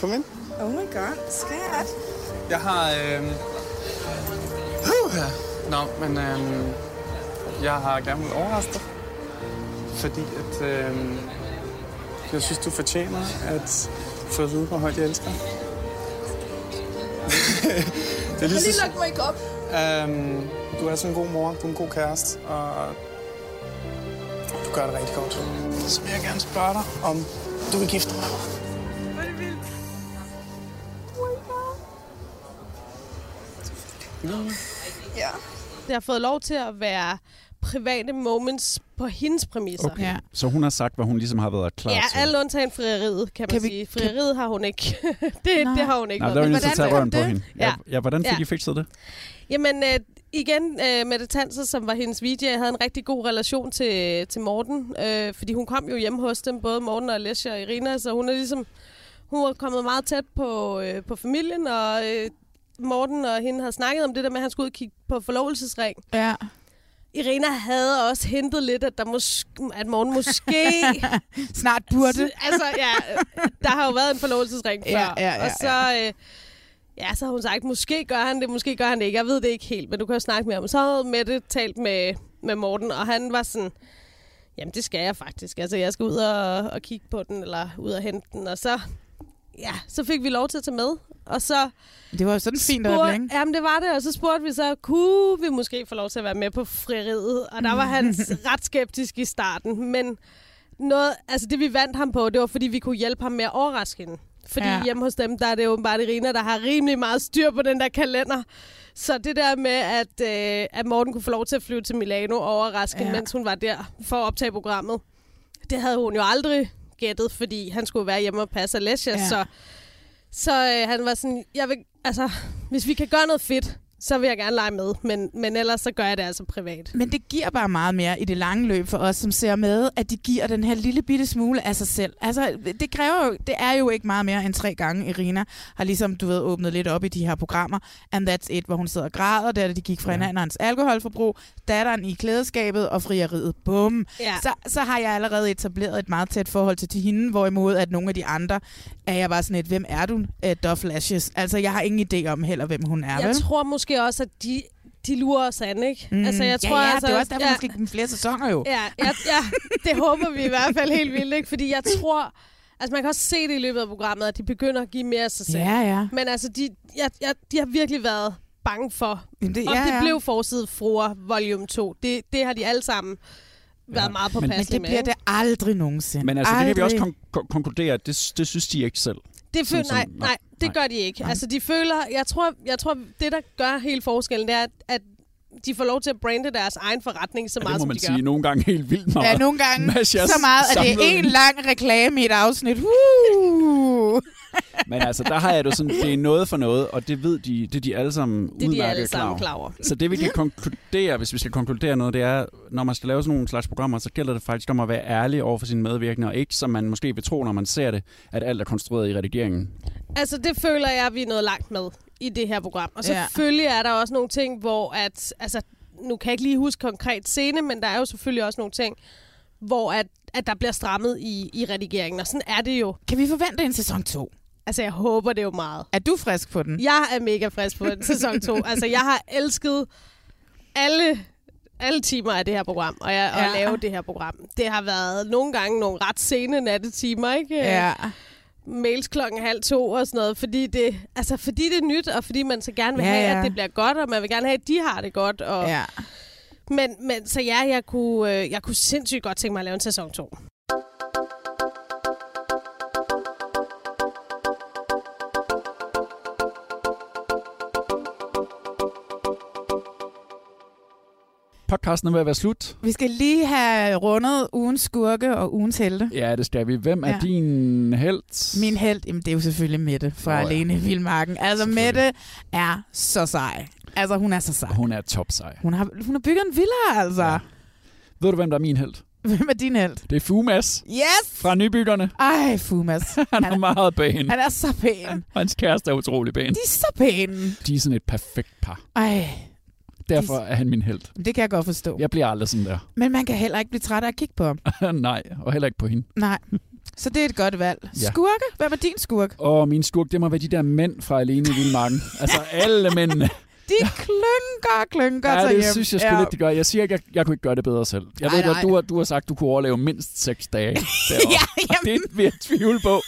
S16: Kom ind.
S15: Oh my god, skat.
S8: Jeg har... Øh... Uh, ja. Nå, men øh... jeg har gerne vil overraske dig. Fordi at... Øh... Jeg synes, du fortjener at få at vide, hvor højt jeg elsker. dig. det er
S9: Prøv
S8: lige
S9: lige
S8: så...
S9: lagt mig ikke op.
S8: Øhm, du er sådan en god mor, du er en god kæreste, og du gør det rigtig godt. Så vil jeg gerne spørge dig, om du vil gifte dig med mig.
S19: Ja. Det har fået lov til at være private moments på hendes præmisser.
S2: Okay. Ja. Så hun har sagt, hvad hun ligesom har været klar
S19: Ja,
S2: til.
S19: alle undtagen frieriet, kan man kan sige. Frieriet har hun ikke. det, det har hun ikke. noget
S2: Nej, der var
S19: med.
S2: jeg nødt til at tage røven på hende.
S19: Ja.
S2: Ja. ja hvordan fik
S19: Ja.
S2: I fikset det?
S19: Jamen, øh, igen, øh, Mette Tanser, som var hendes VJ, havde en rigtig god relation til, til Morten, øh, fordi hun kom jo hjemme hos dem, både Morten og Alessia og Irina, så hun er ligesom, hun var kommet meget tæt på, øh, på familien, og øh, Morten og hende havde snakket om det der med, at han skulle ud og kigge på forlovelsesring.
S3: Ja.
S19: Irina havde også hintet lidt, at, der mås- at Morten måske...
S3: Snart burde.
S19: Altså, ja, der har jo været en forlovelsesring før.
S3: Ja, ja, ja,
S19: og så, ja. Øh, ja, så har hun sagt, måske gør han det, måske gør han det ikke. Jeg ved det ikke helt, men du kan jo snakke mere om. det. Så havde Mette talt med, med Morten, og han var sådan, jamen det skal jeg faktisk. Altså, jeg skal ud og, og kigge på den, eller ud og hente den. Og så, ja, så fik vi lov til at tage med. Og så
S3: Det var jo sådan fint
S19: spurgte,
S3: øjeblik, ikke?
S19: jamen det var det, og så spurgte vi så, kunne vi måske få lov til at være med på frieriet? Og der var han ret skeptisk i starten, men noget, altså det vi vandt ham på, det var fordi vi kunne hjælpe ham med at overraske hende. Fordi
S3: Ja.
S19: ja. hjemme hos dem, der er det åbenbart Irina, der har rimelig meget styr på den der kalender. Så det der med, at, øh, at Morten kunne få lov til at flyve til Milano og overraske ja.
S3: Ja.
S19: mens hun var der for at optage programmet, det havde hun jo aldrig gættet, fordi han skulle være hjemme og passe Alessia. Ja.
S3: Ja.
S19: Så, så øh, han var sådan, jeg vil, altså, hvis vi kan gøre noget fedt, så vil jeg gerne lege med, men, men ellers så gør jeg det altså privat.
S3: Men det giver bare meget mere i det lange løb for os, som ser med, at de giver den her lille bitte smule af sig selv. Altså, det kræver jo, det er jo ikke meget mere end tre gange, Irina har ligesom, du ved, åbnet lidt op i de her programmer, and that's it, hvor hun sidder og græder, der de gik fra hinanden og hans alkoholforbrug, datteren i klædeskabet og frieriet. Bum.
S19: Ja.
S3: Så, så har jeg allerede etableret et meget tæt forhold til, til hende, hvorimod at nogle af de andre, er jeg bare sådan et, hvem er du, uh, Duff Lashes? Altså, jeg har ingen idé om heller, hvem hun er,
S19: Jeg
S3: vel?
S19: tror måske også, at de, de lurer os an, ikke? Altså,
S3: Mm, ja, ja, det er også derfor,
S19: ja,
S3: måske ikke flere sæsoner jo.
S19: Ja, ja, ja, det håber vi i hvert fald helt vildt, ikke? Fordi jeg tror... Altså, man kan også se det i løbet af programmet, at de begynder at give mere af sig selv.
S3: Ja, ja.
S19: Men altså, de, ja, ja, de har virkelig været bange for,
S3: Jamen, det-
S19: om
S3: ja,
S19: det
S3: ja.
S19: blev forsidet fruer volume 2. Det, det har de alle sammen været ja. meget
S3: Men, men
S19: påpasselige
S3: det
S19: med.
S3: bliver
S19: ikke?
S3: det aldrig nogensinde.
S2: Men altså, det kan vi også
S3: Aldrig.
S2: kon- kon- konkludere, at det, det synes de ikke selv.
S19: Det
S2: Sådan
S19: føler, nej,
S2: som-
S19: nej, det gør de ikke. Altså, de føler, jeg tror, jeg tror, det der gør hele forskellen, det er, at- at de får lov til at brande deres egen forretning så
S2: Ja, det
S19: meget,
S2: må
S19: som
S2: man
S19: de
S2: sige
S19: gør.
S2: nogle gange helt vildt meget.
S3: Ja, nogle gange
S2: Mads, jeg
S3: så meget, at det er
S2: samlede
S3: en lang reklame i et afsnit. Uh!
S2: Men altså, der har jeg det sådan, det er noget for noget, og det ved de, det er de alle sammen
S3: de
S2: udmærket
S3: alle sammen
S2: klar
S3: klar
S2: over.
S3: over.
S2: Så det vi kan konkludere, hvis vi skal konkludere noget, det er, når man skal lave sådan nogle slags programmer, så gælder det faktisk om at være ærlig over for sine medvirkende, og ikke som man måske vil tro, når man ser det, at alt er konstrueret i redigeringen.
S19: Altså, det føler jeg, vi er nået langt med i det her program. Og
S3: Ja.
S19: selvfølgelig er der også nogle ting, hvor at... Altså, nu kan jeg ikke lige huske konkret scene, men der er jo selvfølgelig også nogle ting, hvor at, at der bliver strammet i, i redigeringen. Og sådan er det jo.
S3: Kan vi forvente en sæson 2?
S19: Altså, jeg håber det jo meget.
S3: Er du frisk på den?
S19: Jeg er mega frisk på den sæson 2. altså, jeg har elsket alle, alle timer af det her program, og jeg, ja.
S3: Ja.
S19: at lave det her program. Det har været nogle gange nogle ret sene nattetimer, ikke?
S3: Ja.
S19: Mails klokken halv to og sådan noget, fordi det, altså, fordi det er nyt, og fordi man så gerne vil
S3: Ja,
S19: ja, have,
S3: ja.
S19: at det bliver godt, og man vil gerne have, at de har det godt. Og,
S3: Ja.
S19: men, men så ja, jeg kunne, øh, jeg kunne sindssygt godt tænke mig at lave en sæson 2.
S2: Podcasten er ved at være slut.
S3: Vi skal lige have rundet ugens skurke og ugens helte.
S2: Ja, det skal vi. Hvem er
S3: Ja.
S2: din held?
S3: Min held, jamen, det er jo selvfølgelig Mette fra
S2: Nå
S3: oh,
S2: ja.
S3: ja. Alene i Vildmarken. Altså, Mette er så sej. Altså, hun er så sej.
S2: Hun er topsej.
S3: Hun har, hun har bygget en villa, altså. Ja.
S2: Ved du, hvem der er min held?
S3: Hvem er din held?
S2: Det er Fumas.
S3: Yes!
S2: Fra nybyggerne.
S3: Ej, Fumas.
S2: Han er meget pæn.
S3: Han er så pæn.
S2: Og hans kæreste er utrolig pæn.
S3: De er så pæne.
S2: De er sådan et perfekt par.
S3: Ej,
S2: Derfor er han min held.
S3: det kan jeg godt forstå.
S2: Jeg bliver aldrig sådan der.
S3: Men man kan heller ikke blive træt af at kigge på ham.
S2: Nej, og heller ikke på hende.
S3: Nej. Så det er et godt valg.
S2: Ja.
S3: Skurke? Hvem er din skurk?
S2: Og min skurk, det må være de der mænd fra Alene i Vildmarken. altså alle mændene.
S3: De klynker og klynker
S2: Ja,
S3: sig
S2: det
S3: hjem.
S2: synes jeg sgu
S3: Ja.
S2: lidt, de gør. Jeg siger ikke, jeg, jeg kunne ikke gøre det bedre selv. Jeg
S3: Ej,
S2: ved
S3: nej.
S2: godt, du har, du har sagt, du kunne overleve mindst seks dage deroppe.
S3: Ja,
S2: Og det vil jeg tvivle på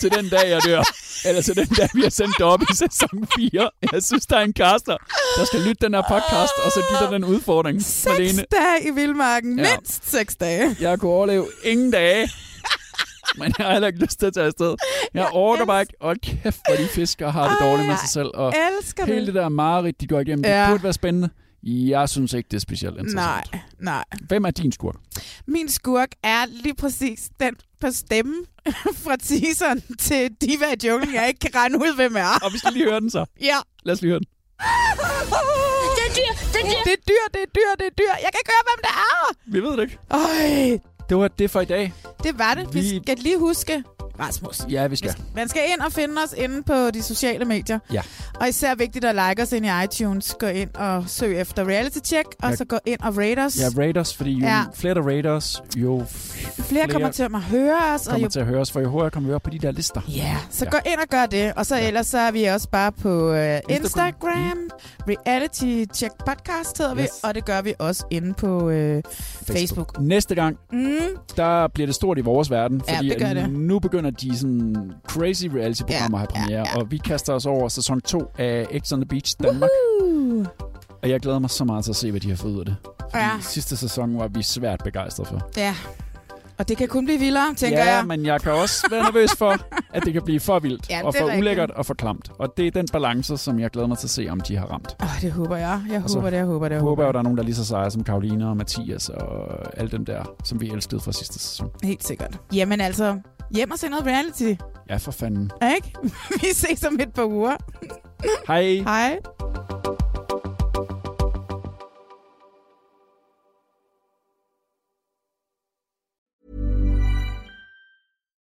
S2: til den dag, jeg dør. Eller til den dag, vi har sendt det op i sæson 4. Jeg synes, der er en caster, der skal lytte den her podcast, og så give dig den udfordring.
S3: Seks dage i Vildmarken.
S2: Ja.
S3: Mindst seks dage.
S2: Jeg kunne overleve ingen dage. Men jeg har heller ikke lyst til at tage afsted. Jeg, jeg orker bare ikke. Hold kæft, hvor de fiskere har det dårligt med sig selv. Og
S3: elsker det.
S2: hele det der mareridt, de går igennem, ja.
S3: Ja.
S2: det burde være spændende. Jeg synes ikke, det er specielt interessant.
S3: Nej, nej.
S2: Hvem er din skurk?
S3: Min skurk er lige præcis den på stemmen fra teaseren til Diva i junglen, jeg ikke kan regne ud, hvem er.
S2: Og vi skal lige høre den så.
S3: Ja.
S2: Lad os lige høre den.
S3: Det er dyr, det er dyr. Det er dyr, det er dyr, det er dyr. Jeg kan ikke høre, hvem det er.
S2: Vi ved det ikke.
S3: Øj.
S2: Det var det for i dag.
S3: Det var det. Vi
S2: Vi-
S3: skal lige huske. Rasmus.
S2: Ja, vi skal.
S3: Man skal ind og finde os inde på de sociale medier.
S2: Ja.
S3: Og især vigtigt at like os ind i iTunes. Gå ind og søg efter Reality Check, og
S2: Ja.
S3: så gå ind og rate os.
S2: Ja, rate os, fordi jo
S3: Ja.
S2: ja. flere der rate os, jo flere,
S3: Flere kommer til at høre os, og
S2: kommer
S3: jo
S2: til at høre os, for jo hurtigere kommer vi op på de der lister.
S3: Ja, Så ja. gå ind og gør det. Og så ja. ellers så er vi også bare på øh, Instagram. Mm. Reality Check Podcast hedder yes.
S2: Yes.
S3: vi. Og det gør vi også inde på øh, Facebook.
S2: Næste gang,
S3: Mm.
S2: der bliver det stort i vores verden,
S3: Ja,
S2: fordi
S3: det gør
S2: at
S3: det.
S2: nu begynder de sådan crazy reality-programmer at have premiere, ja, ja. og vi kaster os over sæson 2 af X on the Beach Danmark.
S3: Woohoo!
S2: Og jeg glæder mig så meget til at se, hvad de har fået ud af det. Fordi
S3: Ja.
S2: Sidste sæson var vi svært begejstrede for.
S3: Ja. Og det kan kun blive vildere, tænker
S2: ja,
S3: jeg.
S2: men jeg kan også være nervøs for, at det kan blive for vildt,
S3: Ja,
S2: og
S3: det er
S2: for
S3: rigtigt.
S2: ulækkert og for klamt. Og det er den balance, som jeg glæder mig til at se, om de har ramt.
S3: Åh, det håber jeg. Jeg
S2: Og så
S3: håber det, jeg håber det, jeg
S2: håber,
S3: håber
S2: jeg,
S3: det.
S2: at der er nogen, der er lige så seje som Karoline og Mathias og alle dem der, som vi elskede fra sidste sæson.
S3: Helt sikkert. Jamen altså, hjem og se noget reality,
S2: Ja, for fanden.
S3: ikke? vi ses om et par uger.
S2: Hej.
S3: Hej.